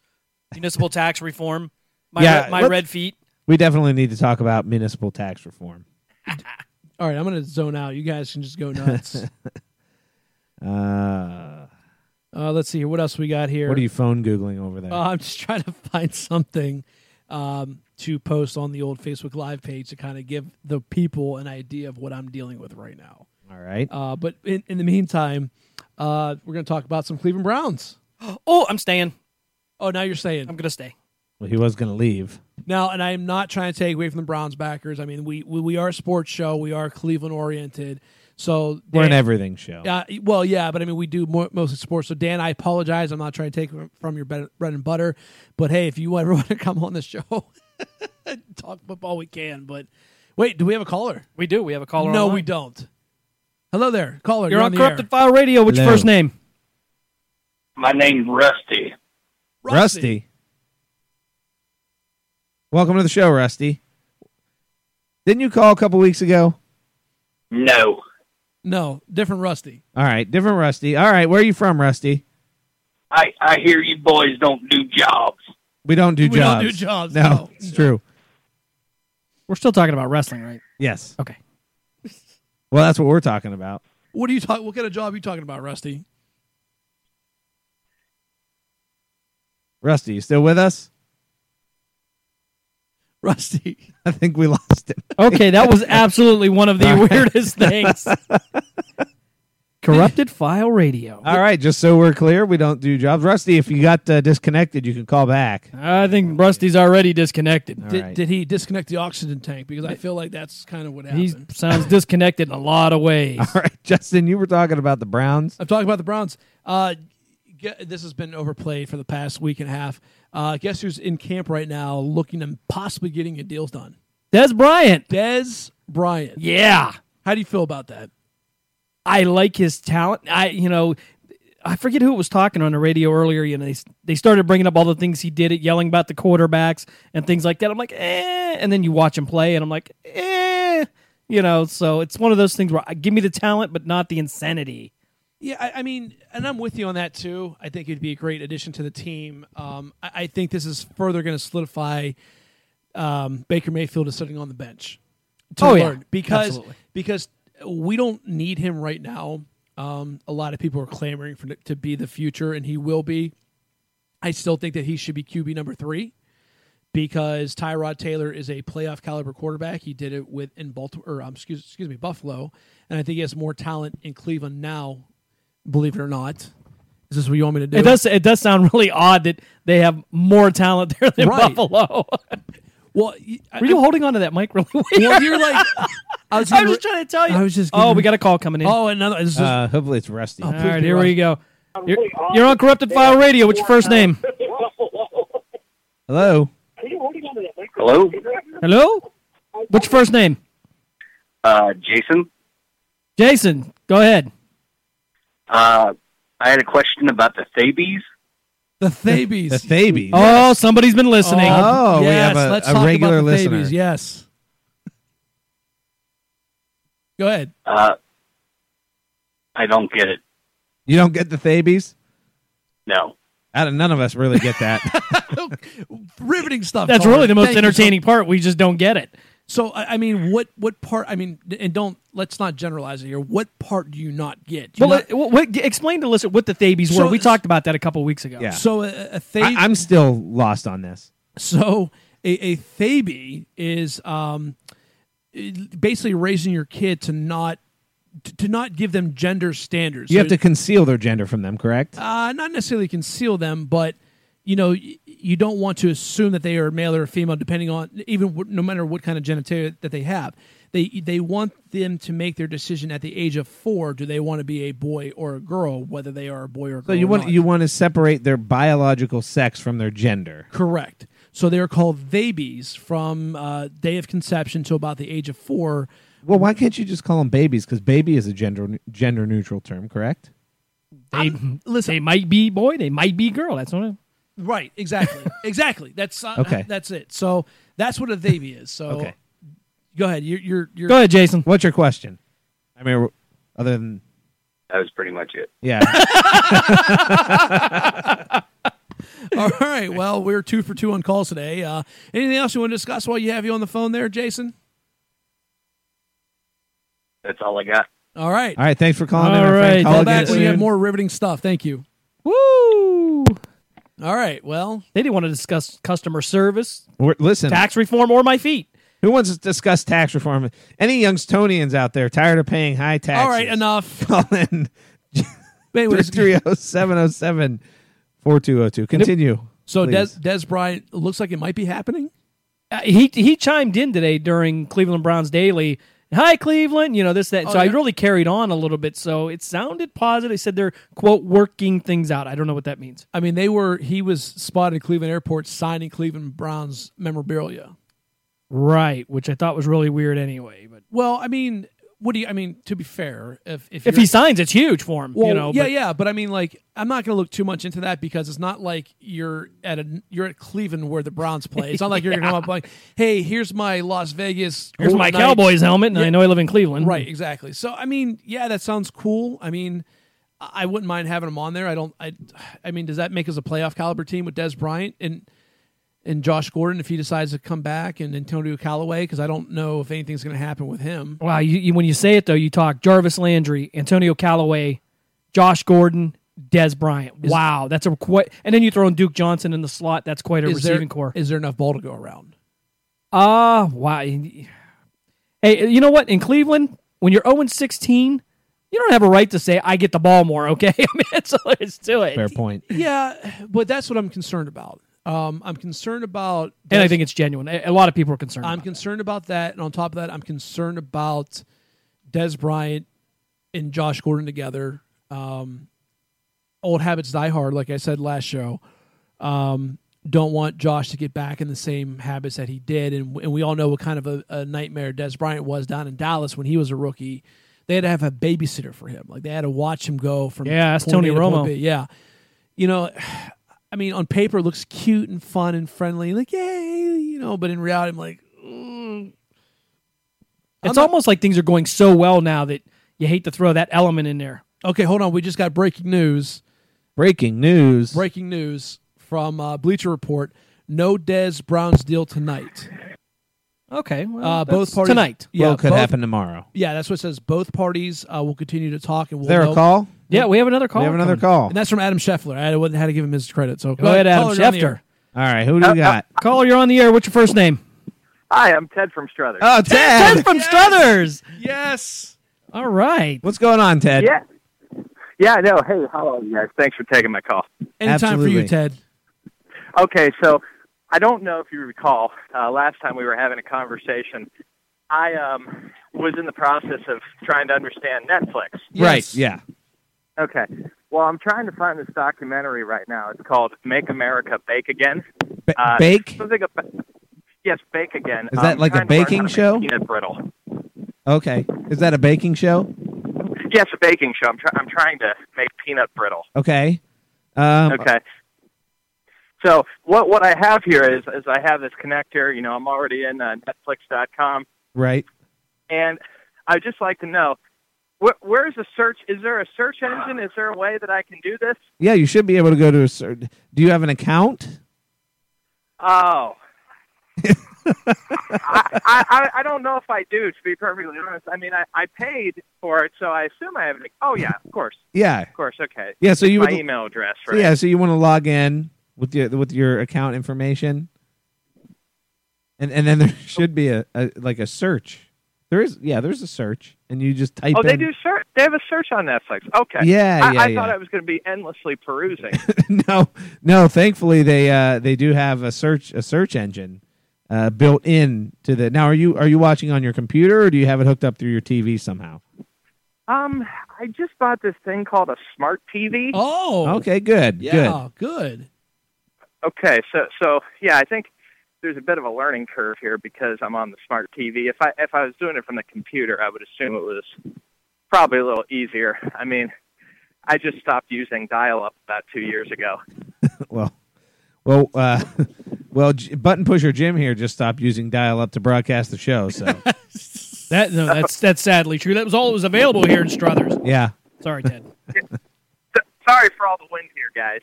municipal tax reform, my
Yeah,
red, my
let's-
red feet.
We definitely need to talk about municipal tax reform.
All right, I'm going to zone out. You guys can just go nuts.
Uh,
uh, let's see here. What else we got here?
what are you phone Googling over there?
Uh, I'm just trying to find something um, to post on the old Facebook Live page to kind of give the people an idea of what I'm dealing with right now.
All right.
Uh, but in, in the meantime, uh, we're going to talk about some Cleveland Browns.
Oh, I'm staying.
Oh, now you're saying
I'm gonna stay.
Well, he was going to leave.
now, and I am not trying to take away from the Browns backers. I mean, we we, we are a sports show. We are Cleveland oriented. So
We're an
Dan-
everything show.
Uh, well, yeah, but I mean, we do more, mostly sports. So, Dan, I apologize. I'm not trying to take from your bread bread and butter, but hey, if you ever want to come on the show, talk football, we can. But wait, do we have a caller?
We do. We have a caller.
no,
online.
we don't. Hello there, caller.
You're on,
the
Corrupted
air.
File Radio. What's your
Hello.
first name?
My name's Rusty.
Rusty. Welcome to the show, Rusty. Didn't you call a couple weeks ago?
No,
No, different Rusty.
All right, different Rusty. All right, where are you from, Rusty?
I I hear you boys don't do jobs.
We don't do
We
jobs.
don't do jobs,
No,
no.
it's true.
We're still talking about wrestling, right?
Yes.
Okay.
Well, that's what we're talking about.
What are you talking? What kind of job are you talking about, Rusty?
Rusty, you still with us?
Rusty.
I think we lost him.
Okay, that was absolutely one of the weirdest things. Corrupted File Radio.
All right, just so we're clear, we don't do jobs. Rusty, if you got uh, disconnected, you can call back.
I think Rusty's already disconnected.
All
Did,
right.
did he disconnect the oxygen tank? Because I feel like that's kind of what happened.
He sounds disconnected in a lot of ways.
All right, Justin, you were talking about the Browns.
I'm talking about the Browns. Uh, gu- this has been overplayed for the past week and a half. Uh, guess who's in camp right now, looking and possibly getting your deals done?
Des Bryant.
Dez Bryant.
Yeah.
How do you feel about that?
I like his talent. I you know, I forget who it was talking on the radio earlier. You know, they they started bringing up all the things he did, at yelling about the quarterbacks and things like that. I'm like, eh, and then you watch him play, and I'm like, eh, you know. So it's one of those things where I, give me the talent, but not the insanity.
Yeah, I, I mean, and I'm with you on that too. I think he'd be a great addition to the team. Um, I, I think this is further going to solidify um, Baker Mayfield is sitting on the bench to
Oh, yeah.
learn because
Absolutely.
because we don't need him right now. Um, a lot of people are clamoring for to be the future, and he will be. I still think that he should be QB number three because Tyrod Taylor is a playoff caliber quarterback. He did it with in Baltimore, or, um, excuse excuse me, Buffalo, and I think he has more talent in Cleveland now. Believe it or not, is this what you want me to do?
It does it does sound really odd that they have more talent there than
Right.
Buffalo.
Well, y- I-
Were you holding on to that mic really?
I-
Weird?
well, you're like, I was,
I'm
gonna-
just trying to tell you.
I was just
Oh,
gonna-
we got a call coming in.
Oh, another. This is,
Uh, hopefully, it's Rusty.
all right,
be
here
right.
we go. You're, you're on Corrupted File Radio. What's your first name?
Hello.
Hello,
Hello? What's your first name?
uh, Jason.
Jason, go ahead.
Uh, I had a question about the Thabies.
the Thabies.
The Thabies.
Oh, somebody's been listening.
Oh, we
yes,
have a-
let's
a
talk
regular
about the
listener.
Thabies, yes. Go ahead.
Uh, I don't get it.
You don't get the Thabies?
No,
Out of none of us really get that.
Riveting stuff.
That's
Colin.
really the most
Thank you so
entertaining part. We just don't get it.
So I I mean, what what part? I mean, and don't let's not generalize it here. What part do you not get? Do you
Well,
not-
uh, what, what- explain to listen what the Thabies
So-
were. We talked about that a couple weeks ago.
Yeah.
so a, a
I,
Thabe,
I'm still lost on this.
so a, a Thabe is um, basically raising your kid to not to, to not give them gender standards.
You have
So-
to conceal their gender from them, correct?
uh, not necessarily conceal them, but you know, y- you don't want to assume that they are male or female, depending on even wh- no matter what kind of genitalia that they have. They they want them to make their decision at the age of four. Do they want to be a boy or a girl? Whether they are a boy or a
so
girl.
you
or
want
not.
you want to separate their biological sex from their gender.
Correct. So they are called babies from uh, day of conception to about the age of four.
Well, why can't you just call them babies? Because baby is a gender gender neutral term, correct?
They listen. They might be boy. They might be girl. That's what. I,
Right, exactly, exactly. That's uh,
Okay.
That's it. So that's what a baby is. So
Okay.
go ahead. You're you're, you're
go ahead, Jason.
What's your question? I mean, w- other than
That was pretty much it.
yeah,
All right. Well, we're two for two on calls today. Uh, anything else you want to discuss while you have you on the phone there, Jason?
That's all I got.
All right.
all right. Thanks for calling. in,
All
my friend.
right,
Call
Call
I'll
again
back when you have
soon.
more riveting stuff. Thank you.
Woo!
All right. Well,
They didn't want to discuss customer service,
We're- listen,
tax reform, or my feet.
who wants to discuss tax reform? Any Youngstonians out there tired of paying high taxes?
all right. Enough.
Call in
Anyways,
330-707-4202. Continue.
so Des,
please.
Des Bryant it looks like it might be happening.
Uh, he he chimed in today during Cleveland Browns Daily. Hi Cleveland, you know this that.
Oh,
so I
yeah.
really carried on a little bit. So it sounded positive. He said they're quote working things out. I don't know what that means.
I mean, they were. He was spotted at Cleveland Airport signing Cleveland Browns memorabilia.
Right, which I thought was really weird anyway. But
Well, I mean, what do you? I mean, to be fair, if if,
if
you're-
he signs, it's huge for him.
Well,
you know.
yeah,
but
yeah, but I mean, like, I'm not going to look too much into that because it's not like you're at a you're at Cleveland where the Browns play. It's not like you're going to come up like, "Hey, here's my Las Vegas,
Here's my
Golden Knights."
Cowboys helmet, and I know I live in Cleveland.
Right, exactly. So, I mean, yeah, that sounds cool. I mean, I I wouldn't mind having him on there. I don't. I, I mean, does that make us a playoff caliber team with Des Bryant and and Josh Gordon if he decides to come back and Antonio Callaway? Because I don't know if anything's going to happen with him.
Wow. You, you when you say it though, you talk Jarvis Landry, Antonio Callaway, Josh Gordon, Des Bryant. wow, that's a quite. And then you throw in Duke Johnson in the slot. That's quite a
Is there
receiving core.
is there enough ball to go around?
Ah, wow. Hey, you know what? In Cleveland, when you're 0 16, you don't have a right to say, I get the ball more, okay? I mean, so let's do it.
Fair point.
Yeah, but that's what I'm concerned about. Um, I'm concerned about.
And I think it's genuine. A, a lot of people are concerned.
I'm
about it.
concerned about that, and on top of that, I'm concerned about Des Bryant and Josh Gordon together. Um, old habits die hard, like I said last show. Um, don't want Josh to get back in the same habits that he did, and and we all know what kind of a, a nightmare Des Bryant was down in Dallas when he was a rookie. They had to have a babysitter for him, like they had to watch him go from
Yeah, that's
point A
Tony
to point
Romo.
B. Yeah, you know, I mean, on paper it looks cute and fun and friendly, like yay, you know. But in reality, I'm like, mm. I'm
It's
not-
almost like things are going so well now that you hate to throw that element in there.
okay, hold on. We just got breaking news.
Breaking news.
Breaking news from uh, Bleacher Report: No Dez Brown's deal tonight.
Okay. Well,
Uh, both
that's
parties
Tonight.
Yeah,
well, it could
both-
happen tomorrow.
Yeah, that's what it says. Both parties uh, will continue to talk, and we'll
Is there
know-
a call?
Yeah, we have another call.
we have another
coming.
call.
And that's from Adam Scheffler. I wouldn't had to give him his credit. So
Go ahead, Adam
caller, you're on the
Schefter.
air.
All right, who do we got?
Caller, you're on the air. What's your first name?
Hi, I'm Ted from Struthers.
Oh,
Ted
Ted.
from Struthers.
Yes.
All right.
What's going on, Ted?
yeah. Yeah, I know. Hey, how are you guys? Thanks for taking my call.
Anytime for
Absolutely.
you, Ted.
Okay, so I don't know if you recall uh, last time we were having a conversation. I um, was in the process of trying to understand Netflix.
Right.
Yes.
Yeah.
Okay, well, I'm trying to find this documentary right now. It's called "Make America Bake Again."
Ba-
Uh,
bake.
Something about yes, bake again.
Is that
I'm
like a
trying to learn how
baking
to make
show?
Peanut brittle.
Okay. Is that a baking show?
Yes, a baking show. I'm, try- I'm trying to make peanut brittle.
Okay. Um,
Okay. So what what I have here is is I have this connector. You know, I'm already in uh, Netflix.com,
Right.
and I'd just like to know wh- where is the search? Is there a search engine? Is there a way that I can do this?
Yeah, you should be able to go to a certain. Do you have an account?
Oh. I, I I- I don't know if I do to be perfectly honest. I mean I, I paid for it, so I assume I have an oh yeah, of course.
Yeah.
Of course, okay.
Yeah. So you
My
would.
email address, right?
Yeah. So you want to log in with your with your account information, and and then there should be a, a like a search. There is. Yeah. There's a search, and you just type.
Oh, they
in-
do search. They have a search on Netflix. Okay.
Yeah,
I,
yeah,
I
yeah.
thought I was going to be endlessly perusing.
no, no. Thankfully, they uh, they do have a search a search engine uh, built in to the. Now, are you are you watching on your computer, or do you have it hooked up through your TV somehow?
um, I just bought this thing called a smart TV.
Oh.
Okay, good, good.
Yeah. Good.
Okay, so so yeah, I think there's a bit of a learning curve here because I'm on the smart TV. If I if I was doing it from the computer, I would assume it was probably a little easier. I mean, I just stopped using dial up about two years ago.
well, well, uh, well, J- button pusher Jim here just stopped using dial up to broadcast the show. So
That no, that's that's sadly true. That was all that was available here in Struthers.
yeah,
Sorry, Ted.
S- Sorry for all the wind here, guys.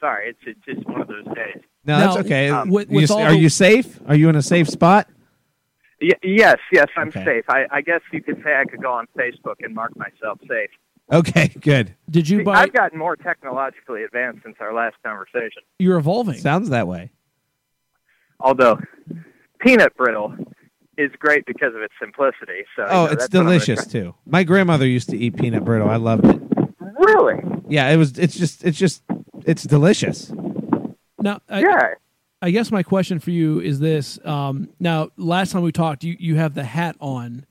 Sorry, it's it's just one of those days.
no,
Now,
that's okay.
um,
You
with- with
s-
all
are
the-
you safe? Are you in a safe spot?
Y- yes, yes, I'm
Okay.
safe. I, I guess you could say I could go on Facebook and mark myself safe.
Okay, good.
Did you
See,
buy?
I've gotten more technologically advanced since our last conversation.
You're evolving.
Sounds that way.
Although peanut brittle is great because of its simplicity. So you know,
Oh, it's
that's what I'm gonna
delicious too. My grandmother used to eat peanut brittle. I loved it.
try. Really?
Yeah, it was. It's just. It's just. It's delicious.
Now, I,
Yeah.
I guess my question for you is this. Um, now, last time we talked, you, you have the hat on.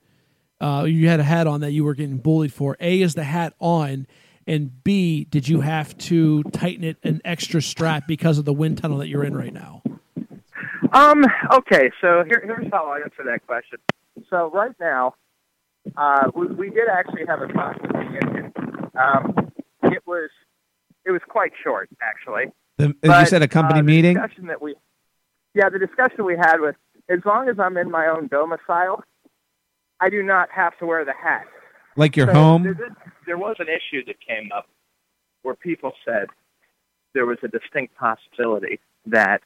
Uh, you had a hat on that you were getting bullied for. A, is the hat on? And B, did you have to tighten it an extra strap because of the wind tunnel that you're in right now?
Um. Okay. So here, here's how I answer that question. So right now, uh, we, we did actually have a conversation. Um, it was it was quite short actually.
The, you
But,
said a company
uh, the
meeting.
Discussion that we, yeah, the discussion we had was as long as I'm in my own domicile, I do not have to wear the hat.
like your
So There,
home.
did- there was an issue that came up where people said there was a distinct possibility that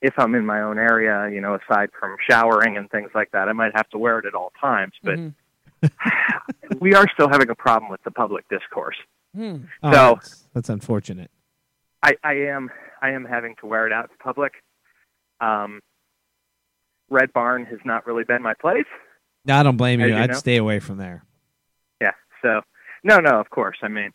if I'm in my own area, you know, aside from showering and things like that, I might have to wear it at all times. But we are still having a problem with the public discourse.
Oh,
Hmm.
so-
that's, that's unfortunate.
I, I am I am having to wear it out in public. Um, Red Barn has not really been my place.
No, I don't blame
As
you.
you
I'd
know.
stay away from there.
Yeah. So no, no, of course. I mean,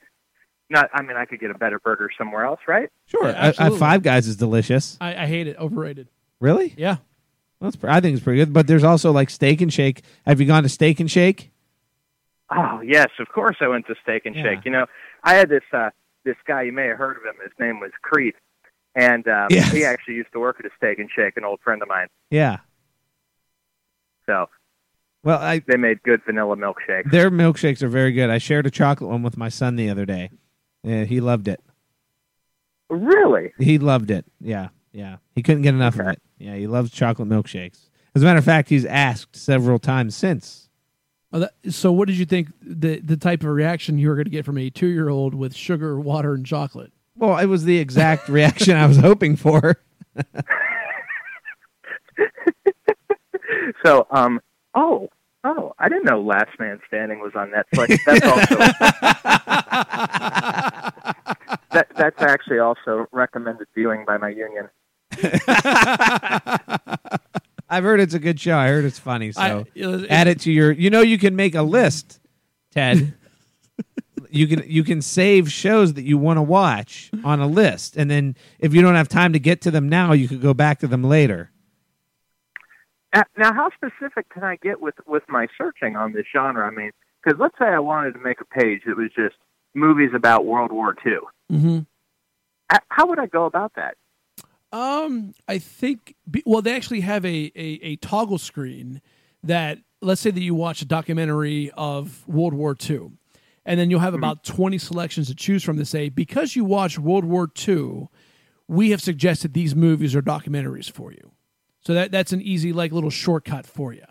not. I mean, I could get a better burger somewhere else, right?
Sure,
Yeah,
I- I,
absolutely.
Five Guys is delicious.
I, I hate it. Overrated.
Really?
Yeah.
Well, that's, pre- I think it's pretty good. But there's also like Steak and Shake. Have you gone to Steak and Shake?
Oh yes, of course. I went to Steak and
Yeah.
Shake. You know, I had this uh, this guy. You may have heard of him. His name was Creed, and um,
Yes.
he actually used to work at a Steak and Shake, an old friend of mine.
Yeah.
So
Well, I
they made good vanilla milkshakes.
their milkshakes are very good. I shared a chocolate one with my son the other day. Yeah, he loved it.
Really?
He loved it. Yeah, yeah. He couldn't get enough of
Okay.
it. Yeah, he loves chocolate milkshakes. As a matter of fact, he's asked several times since.
Oh, that- so, what did you think the, the type of reaction you were going to get from a two year old with sugar, water, and chocolate?
Well, it was the exact reaction I was hoping for.
So, um, oh, oh, I didn't know Last Man Standing was on Netflix. That's also that, that's actually also recommended viewing by my union.
I've heard it's a good show. I heard it's funny. So
I- it was-
add it to your. You know, you can make a list, Ted. you can you can save shows that you want to watch on a list, and then if you don't have time to get to them now, you could go back to them later.
Uh, Now, how specific can I get with with my searching on this genre? I mean, because let's say I wanted to make a page that was just movies about World War II.
Mm-hmm.
Uh, How would I go about that?
Um, I think be- well, they actually have a, a a toggle screen that let's say that you watch a documentary of World War II, and then you'll have
Mm-hmm.
about twenty selections to choose from to say because you watched World War II, we have suggested these movies or documentaries for you. So that that's an easy like little shortcut for you.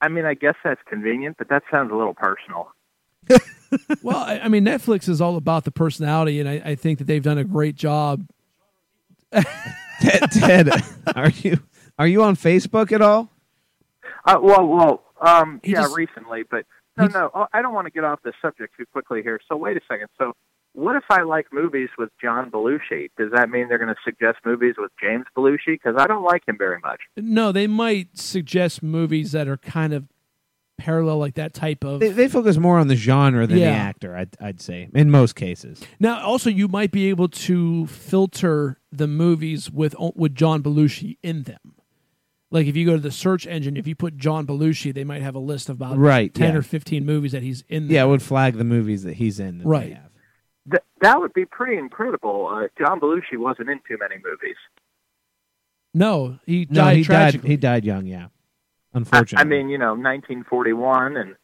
I mean, I guess that's convenient, but that sounds a little personal.
well, I, I mean, Netflix is all about the personality, and I, I think that they've done a great job.
Ted, Ted, are you are you on Facebook at all?
Uh, well, well, um,
He
yeah,
just-
recently, but no,
he-
no, oh, I don't want to get off the subject too quickly here. So wait a second. So what if I like movies with John Belushi? Does that mean they're going to suggest movies with James Belushi? Because I don't like him very much.
No, they might suggest movies that are kind of parallel, like that type of.
They, they focus more on the genre than
Yeah.
the actor. I'd, I'd say in most cases.
Now, also, you might be able to filter the movies with with John Belushi in them. Like if you go to the search engine, if you put John Belushi, they might have a list of about
Right,
ten
yeah.
or fifteen movies that he's in.
Yeah,
There.
it would flag the movies that he's in. That
Right.
They have.
Th- that would be pretty incredible. Uh, John Belushi wasn't in too many movies.
No, he
No,
died
he died.
tragically.
He died young. Yeah,
I,
unfortunately.
I mean, you know, 1941 and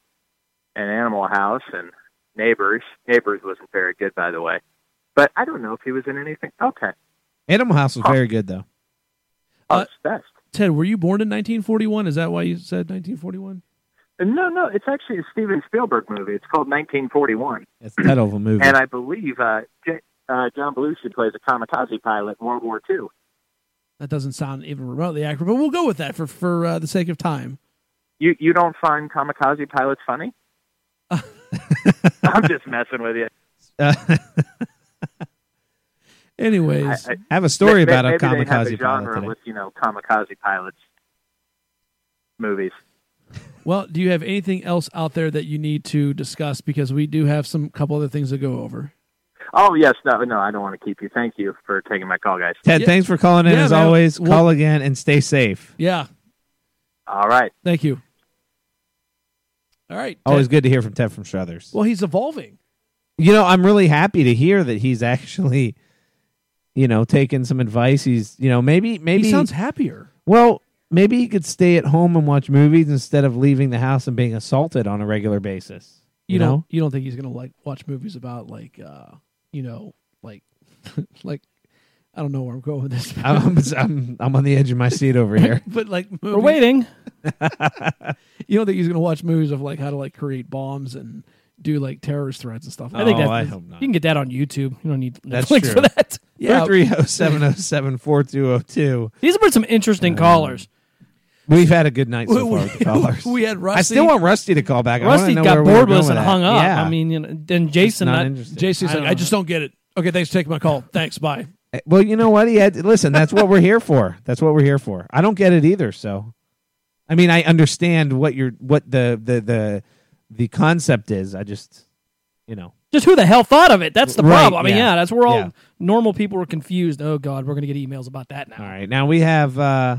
and Animal House and Neighbors. Neighbors wasn't very good, by the way. But I don't know if he was in anything. Okay.
Animal House was very good though.
Oh,
Uh,
it's best.
Ted, were you born in 1941? Is that why you said 1941?
No, no, it's actually a Steven Spielberg movie. It's called 1941.
That's the title of a movie.
And I believe uh, J- uh, John Belushi plays a kamikaze pilot in World War II.
That doesn't sound even remotely accurate, but we'll go with that for for uh, the sake of time.
You you don't find kamikaze pilots funny? I'm just messing with you.
Uh,
I,
Anyways,
I-
I have a story
May-
about a
maybe they have a
kamikaze
genre
pilot today.
with you know kamikaze pilots movies.
well, do you have anything else out there that you need to discuss? Because we do have some couple other things to go over.
Oh yes, no, no, I don't want to keep you. Thank you for taking my call, guys.
Ted,
Yeah.
thanks for calling in
Yeah,
as
man.
always.
Well-
Call again and stay safe.
Yeah,
All right.
thank you. All right.
Oh,
Ted.
Always good to hear from Ted from Struthers.
Well, he's evolving.
you know, I'm really happy to hear that he's actually, you know, taking some advice. He's, you know, maybe maybe
he sounds happier.
well, maybe he could stay at home and watch movies instead of leaving the house and being assaulted on a regular basis. You,
You
know,
don't you don't think he's gonna like watch movies about like uh you know like like I don't know where I'm going with this,
I'm, I'm I'm on the edge of my seat over here.
but like
We're
movies,
waiting.
you don't think he's gonna watch movies of like how to like create bombs and do like terrorist threats and stuff. Like
I think
Oh,
that's,
I hope not.
You can get that on YouTube. You don't need Netflix
That's true.
for that.
that. yeah,
Three zero seven zero seven four two zero two.
These were some
Uh,
interesting callers.
We've had a good night so
We-
far with the callers.
we had Rusty.
I still want Rusty to call back. I wanna
Rusty
know
got
where we were
bored with
going
us and
that.
hung up.
Yeah.
I mean, you know, then
It's
Jason.
not
Not,
interesting.
JC's
I
like,
don't
I
know.
just don't get it. Okay, thanks for taking my call. Thanks, bye.
Eh, Well, you know what? He had listen. That's what we're here for. That's what we're here for. I don't get it either. So, I mean, I understand what you're, what the the the the concept is. I just, you know,
just who the hell thought of it? That's the
Right,
problem. I mean,
yeah.
yeah, that's where all
Yeah.
normal people were confused. Oh God, we're gonna get emails about that now.
all right. Now we have. uh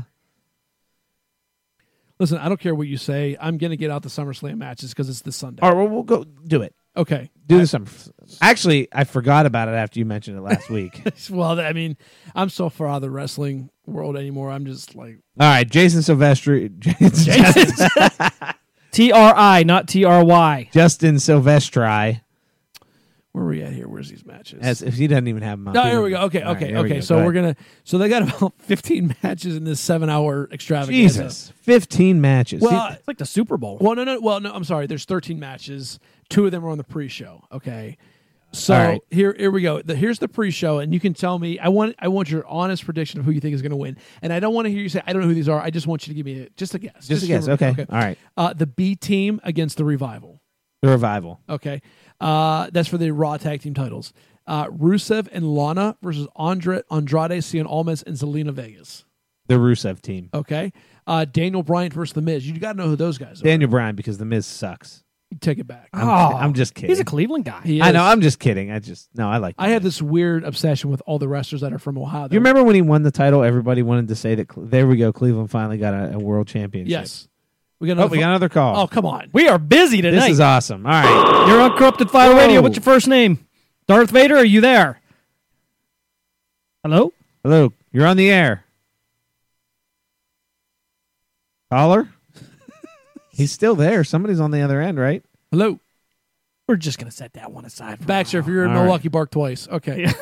Listen, I don't care what you say. I'm gonna get out the SummerSlam matches because it's this Sunday.
All right, well, we'll go do it.
Okay.
Do this. some. Actually, I forgot about it after you mentioned it last week. all
Well, I mean, I'm so far out of the wrestling world anymore. I'm just like,
right, Jason Silvestri,
T R I, not T R Y.
Justin Silvestri.
where are we at here? Where's these matches?
As if he doesn't even have my.
no, here we go. Okay,
All right,
okay,
there we
okay.
go.
so
Go
we're
ahead.
gonna. So they got about 15 matches in this seven-hour extravaganza.
Jesus, fifteen matches.
Well,
It's like the Super Bowl.
well, no, no. Well, no. I'm sorry. There's 13 matches. Two of them are on the pre-show. Okay. So
All right.
here, here we go. The, here's the pre-show, and you can tell me. I want, I want your honest prediction of who you think is going to win, and I don't want to hear you say I don't know who these are. I just want you to give me a, just a guess.
just a guess. Okay. all right.
Uh, the B team against the Revival.
The revival.
Okay. Uh, that's for the Raw Tag Team titles. Uh, Rusev and Lana versus Andre, Andrade, Cian Almas, and Zelina Vegas.
The Rusev team.
Okay. Uh, Daniel Bryant versus The Miz. You got to know who those guys are.
Daniel Bryan because the Miz sucks.
Take it back.
I'm, I'm just kidding.
He's a Cleveland guy.
He
I know.
is-
I'm just kidding. I just no. I like.
I
the
have
Miz.
this weird obsession with all the wrestlers that are from Ohio. that were-
You remember when he won the title? Everybody wanted to say that. Cle- There we go. Cleveland finally got a, a world championship.
Yes. We got
Oh,
another.
we got another
oh,
call.
come on.
we are busy
this
tonight.
is awesome. All right.
You're on Corrupted File
Whoa.
Radio. What's your first name? Darth Vader. Are you there? Hello.
Hello. You're on the air. Caller. He's still there. Somebody's on the other end, right?
Hello.
We're just gonna set that one aside. For
Baxter, if you're in
All right.
Milwaukee, bark twice. Okay.
All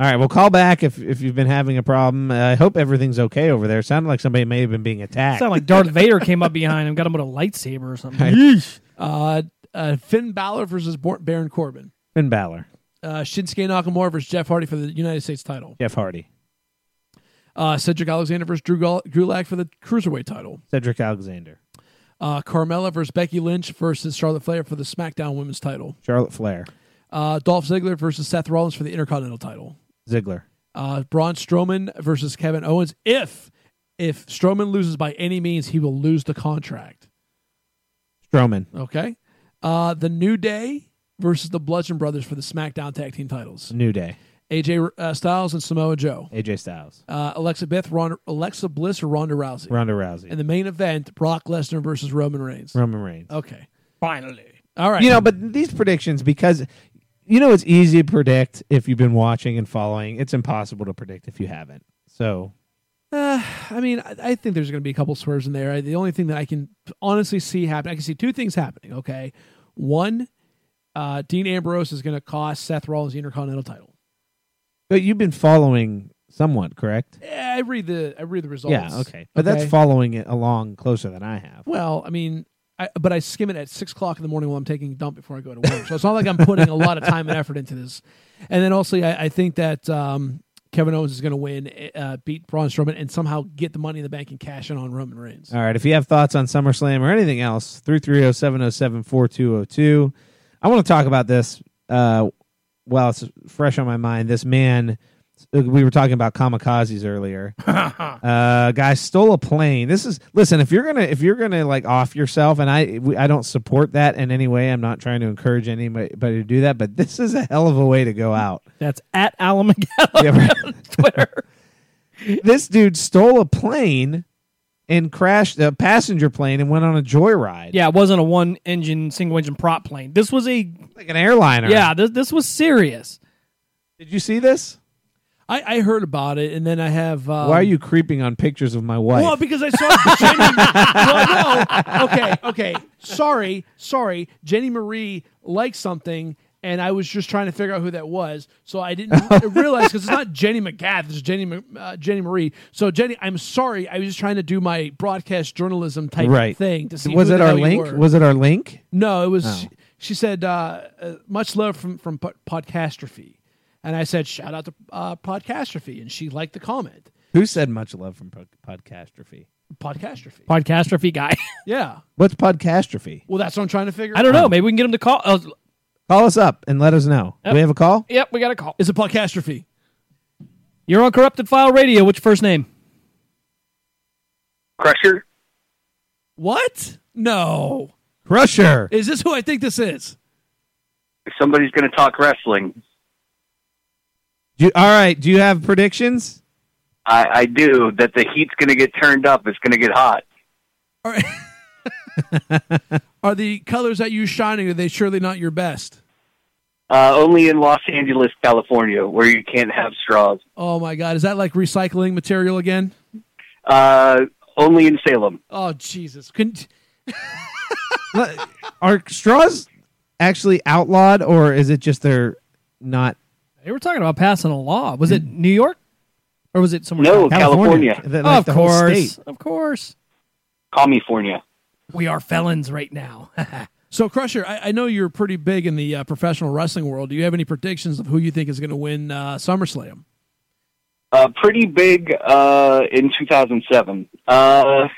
right. Well, call back if if you've been having a problem. Uh, I hope everything's okay over there. Sounded like somebody may have been being attacked.
Sound like Darth Vader came up behind him, got him with a lightsaber or something.
Uh, uh, Finn Balor versus Bor- Baron Corbin.
Finn Balor,
Uh, Shinsuke Nakamura versus Jeff Hardy for the United States title.
Jeff Hardy,
Uh, Cedric Alexander versus Drew Gul- Gulak for the Cruiserweight title.
Cedric Alexander,
Uh, Carmella versus Becky Lynch versus Charlotte Flair for the SmackDown Women's title.
Charlotte Flair,
Uh, Dolph Ziggler versus Seth Rollins for the Intercontinental title.
Ziggler.
Uh, Braun Strowman versus Kevin Owens. If if Strowman loses by any means, he will lose the contract.
Strowman,
Okay. Uh, the New Day versus the Bludgeon Brothers for the SmackDown Tag Team titles.
New Day,
AJ uh, Styles and Samoa Joe.
AJ Styles,
Uh, Alexa Beth, Ron- Alexa Bliss, or Ronda Rousey.
Ronda Rousey,
And the main event: Brock Lesnar versus Roman Reigns.
Roman Reigns.
Okay.
Finally.
All right.
You know, but these predictions because you know it's easy to predict if you've been watching and following. It's impossible to predict if you haven't. So
Uh, I mean, I, I think there's going to be a couple swerves in there. I, the only thing that I can honestly see happen, I can see two things happening. Okay, one, uh, Dean Ambrose is going to cost Seth Rollins the Intercontinental title.
But you've been following somewhat, correct?
Yeah, I read the I read the results.
Yeah, okay. But that's following it along closer than I have.
Well, I mean, I, but I skim it at six o'clock in the morning while I'm taking a dump before I go to work. so it's not like I'm putting a lot of time and effort into this. And then also, I, I think that um, Kevin Owens is going to win, uh, beat Braun Strowman, and somehow get the money in the bank and cash in on Roman Reigns.
All right. If you have thoughts on SummerSlam or anything else, oh, 330 707 4202. I want to talk about this uh, while it's fresh on my mind. This man, we were talking about kamikazes earlier. uh, guy stole a plane. This is listen. If you're gonna if you're gonna like off yourself, and I we, I don't support that in any way. I'm not trying to encourage anybody to do that, but this is a hell of a way to go out.
That's at Alan McGowan
Yeah, right.
on Twitter.
this dude stole a plane and crashed a passenger plane and went on a joyride.
yeah, it wasn't a one engine, single engine prop plane. This was a
like an airliner.
yeah. This this was serious.
Did you see this?
I, I heard about it, and then I have. Um,
Why are you creeping on pictures of my wife?
Well, because I saw Jenny. well, no. Okay, okay. Sorry, sorry. Jenny Marie liked something, and I was just trying to figure out who that was, so I didn't realize because it's not Jenny McGath, it's Jenny Ma- uh, Jenny Marie. So Jenny, I'm sorry. I was just trying to do my broadcast journalism type
right.
thing to see.
was
who
it
the
our
hell you
link?
were.
Was it our link?
No, it was.
Oh.
She, she said, uh, uh, "Much love from from po- Podcastrophe," and I said, "Shout out to uh, Podcastrophe," and she liked the comment.
Who said much love from pod- Podcastrophe?
Podcastrophe.
Podcastrophe guy.
yeah.
What's Podcastrophe?
Well, that's what I'm trying to figure.
I don't know. Maybe we can get him to call. Oh,
Call us up and let us know. Do we have a call?
yep, we got a call.
Is it podcastrophe?
You're on Corrupted File Radio. What's your first name?
Crusher.
What? No.
Crusher.
Is this who I think this is?
If somebody's going to talk wrestling,
Do you- all right. Do you have predictions?
I, I do that. The heat's going to get turned up. It's going to get hot.
Are, are the colors that you shining? Are they surely not your best?
Uh, only in Los Angeles, California, where you can't have straws.
Oh my God! Is that like recycling material again?
Uh, only in Salem.
Oh Jesus! Couldn't
Le- Are straws actually outlawed, or is it just they're not
They were talking about passing a law. Was it New York or was it somewhere?
No,
else?
California.
Th- like
of
the whole
course,
state.
of course.
Call me Fornia.
We are felons right now.
so, Crusher. I, I know you're pretty big in the uh, professional wrestling world. Do you have any predictions of who you think is going to win uh, SummerSlam?
Uh, pretty big uh, in 2007. Uh,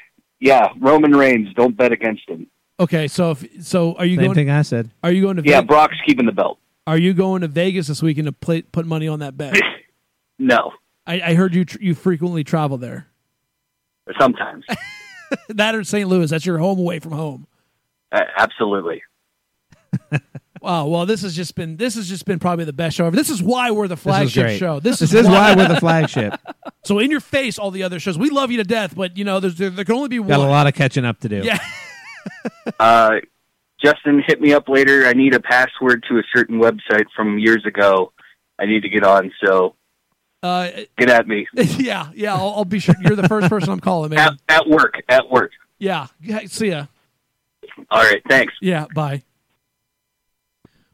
yeah, Roman Reigns. Don't bet against him.
Okay, so if, so are you
Same
going?
thing I said.
Are you going to
Yeah,
Ve-
Brock's keeping the belt.
Are you going to Vegas this weekend to play, put money on that bet?
No,
I, I heard you tr- you frequently travel there.
sometimes.
that or St. Louis. That's your home away from home.
uh, absolutely.
Wow. Well, this has just been this has just been probably the best show ever. This is why we're the
This is
flagship
great.
show. This,
This is why we're the flagship.
So in your face, all the other shows. We love you to death, but you know, there's, there, there can only be
Got
one.
a lot of catching up to do.
Yeah.
Uh, Justin, hit me up later. I need a password to a certain website from years ago. I need to get on, so
Uh,
get at me.
yeah, yeah. I'll, I'll be sure you're the first person I'm calling,
At,
man.
at work, at work.
Yeah. Yeah, See ya.
All right, thanks.
Yeah. Bye.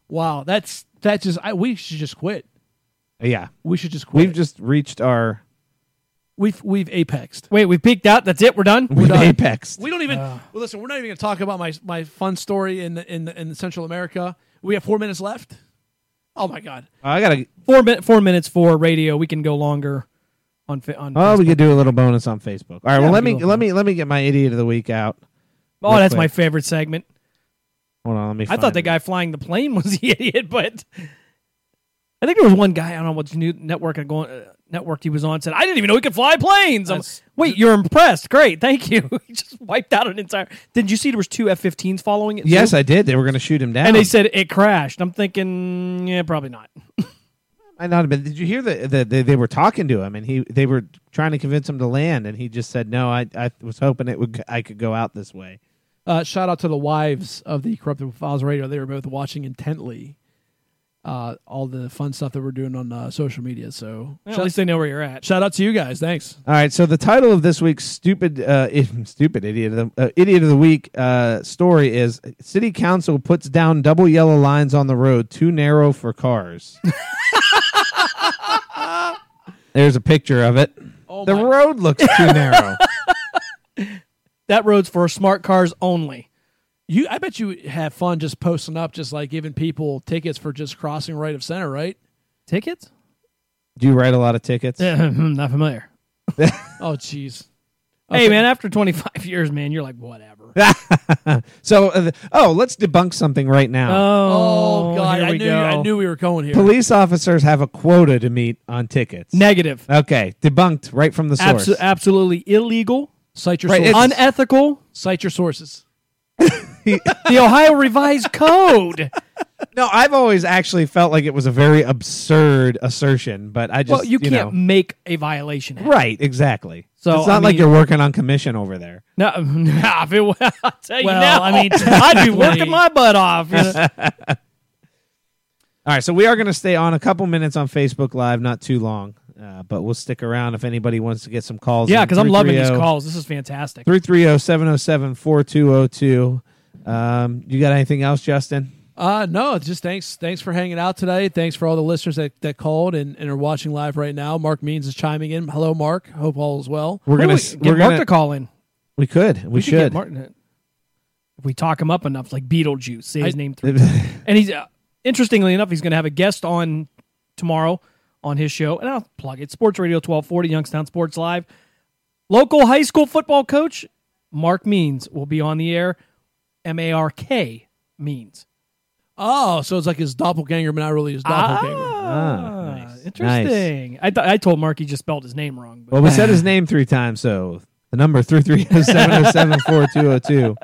Wow. That's that just. I we should just quit.
Yeah.
We should just quit.
We've just reached our
we've we've apexed.
Wait, we peaked out. That's it. We're done.
we've apexed.
We don't even. well, listen, we're not even going to talk about my my fun story in in in Central America. We have four minutes left. Oh my God!
I gotta.
Four min- four minutes for radio. We can go longer on fa- on.
Oh,
Facebook.
we could do a little bonus on Facebook. All right. well, let
we
me
could do a
let me let me get my idiot of the week out.
oh, that's
quick.
my favorite segment.
Hold on. Let me.
I thought
find
the
it.
guy flying the plane was the idiot, but I think there was one guy. I don't know what's new network and going. Uh, Network he was on said, "I didn't even know he could fly planes." I'm,
That's-
Wait, you're impressed? Great, thank you. he just wiped out an entire. Did you see there was two F-15s following it?
Yes,
too?
I did. They were going to shoot him down.
and they said it crashed. I'm thinking, yeah, probably not.
might not have been. Did you hear that the, they, they were talking to him and he they were trying to convince him to land and he just said no. I, I was hoping it would I could go out this way.
Uh, shout out to the wives of the Corrupted Files Radio. They were both watching intently. uh, all the fun stuff that we're doing on uh, social media. So
Well, at
shout,
least they know where you're at.
shout out to you guys. Thanks.
All right, so the title of this week's stupid, uh, i- stupid idiot of the, uh, idiot of the week uh, story is: City Council puts down double yellow lines on the road, too narrow for cars. There's a picture of it.
Oh
the road looks too narrow.
That road's for smart cars only.
You, I bet you have fun just posting up, just like giving people tickets for just crossing right of center, right?
Tickets?
Do you write a lot of tickets?
Not familiar.
Oh, jeez.
Hey, man, after 25 years, man, you're like, whatever.
so, uh, th- oh, let's debunk something right now.
Oh,
Oh, God,
here
I
we
knew,
go.
I knew we were going here.
Police officers have a quota to meet on tickets.
Negative.
okay, debunked right from the source.
Abso- absolutely illegal.
Cite your
Right,
sources.
it's-
Unethical.
Cite your sources.
The Ohio Revised Code.
No, I've always actually felt like it was a very absurd assertion, but I just
well, you,
know.
can't make a violation. happen.
Right, exactly.
So,
So it's not
I
like
mean-
you're working on commission over there.
No, nah, if it, wa- I'll tell you
Well,
now.
I mean,
I'd be
technically-
working my butt off. you know?
All right, so we are going to stay on a couple minutes on Facebook Live, not too long, uh, but we'll stick around if anybody wants to get some calls.
yeah,
in.
because I'm loving these
330
calls. This is fantastic.
330 707 4202. Um, You got anything else, Justin?
Uh, no, just thanks. Thanks for hanging out today. Thanks for all the listeners that, that called and, and are watching live right now. Mark Means is chiming in. Hello, Mark. Hope all is well.
We're
Why
gonna
don't
s-
we
we're
get Mark
gonna-
to call in.
We could. We,
We get
should.
Martin. to- If we talk him up enough, like Beetlejuice, say his
I-
name three. and he's uh, interestingly enough, he's going to have a guest on tomorrow on his show, and I'll plug it. Sports Radio twelve forty, Youngstown Sports Live. Local high school football coach Mark Means will be on the air. M A R K Means.
Oh, so it's like his doppelganger, but not really his doppelganger.
Ah, nice.
Ah, Interesting. I, th- I told Mark he just spelled his name wrong. But
well, we said his name three times, so the number 330 707 4202.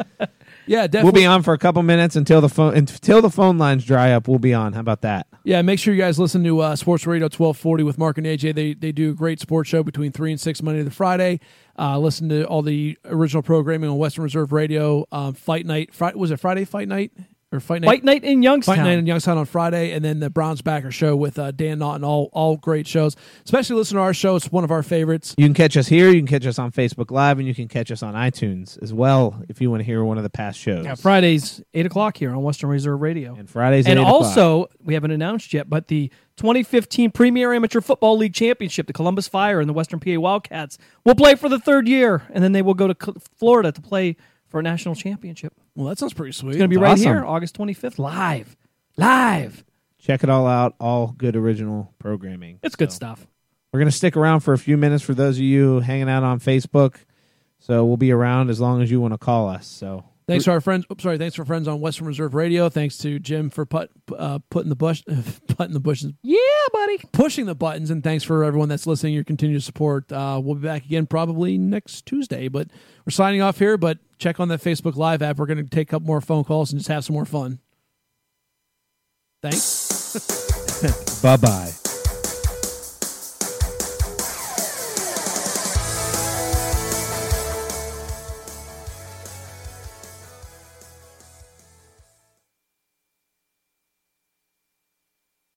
yeah,
We'll
definitely.
be on for a couple minutes until the phone until the phone lines dry up. We'll be on. How about that?
yeah, make sure you guys listen to uh, Sports Radio 1240 with Mark and AJ. They they do a great sports show between 3 and 6 Monday to Friday. Uh, listen to all the original programming on Western Reserve Radio. Um, Fight Night. Fri- was it Friday Fight Night? Or Fight Night?
Fight night in Youngstown.
Fight Night in Youngstown on Friday, and then the Browns Backer Show with uh, Dan Naughton. All all great shows. Especially listen to our show; it's one of our favorites.
You can catch us here. You can catch us on Facebook Live, and you can catch us on iTunes as well if you want to hear one of the past shows.
Yeah, Fridays, 8 o'clock here on Western Reserve Radio.
and Fridays, at
and
8 o'clock.
also, we haven't announced yet, but the 2015 Premier Amateur Football League Championship, the Columbus Fire and the Western PA Wildcats, will play for the third year, and then they will go to Cl- Florida to play for a national championship. It's
Well, that sounds pretty sweet.
going to be
That's
right
awesome.
here, August 25th, live. Live.
check it all out. All good original programming.
It's good stuff.
We're gonna stick around for a few minutes for those of you hanging out on Facebook. So we'll be around as long as you want to call us. So
Thanks to our friends. Oops, sorry. Thanks for friends on Western Reserve Radio. Thanks to Jim for put uh, putting the bush putting the bushes
Yeah, buddy.
pushing the buttons, and thanks for everyone that's listening. Your continued support. Uh, we'll be back again probably next Tuesday, but we're signing off here. But check on that Facebook Live app. We're going to take up more phone calls and just have some more fun. Thanks.
bye bye.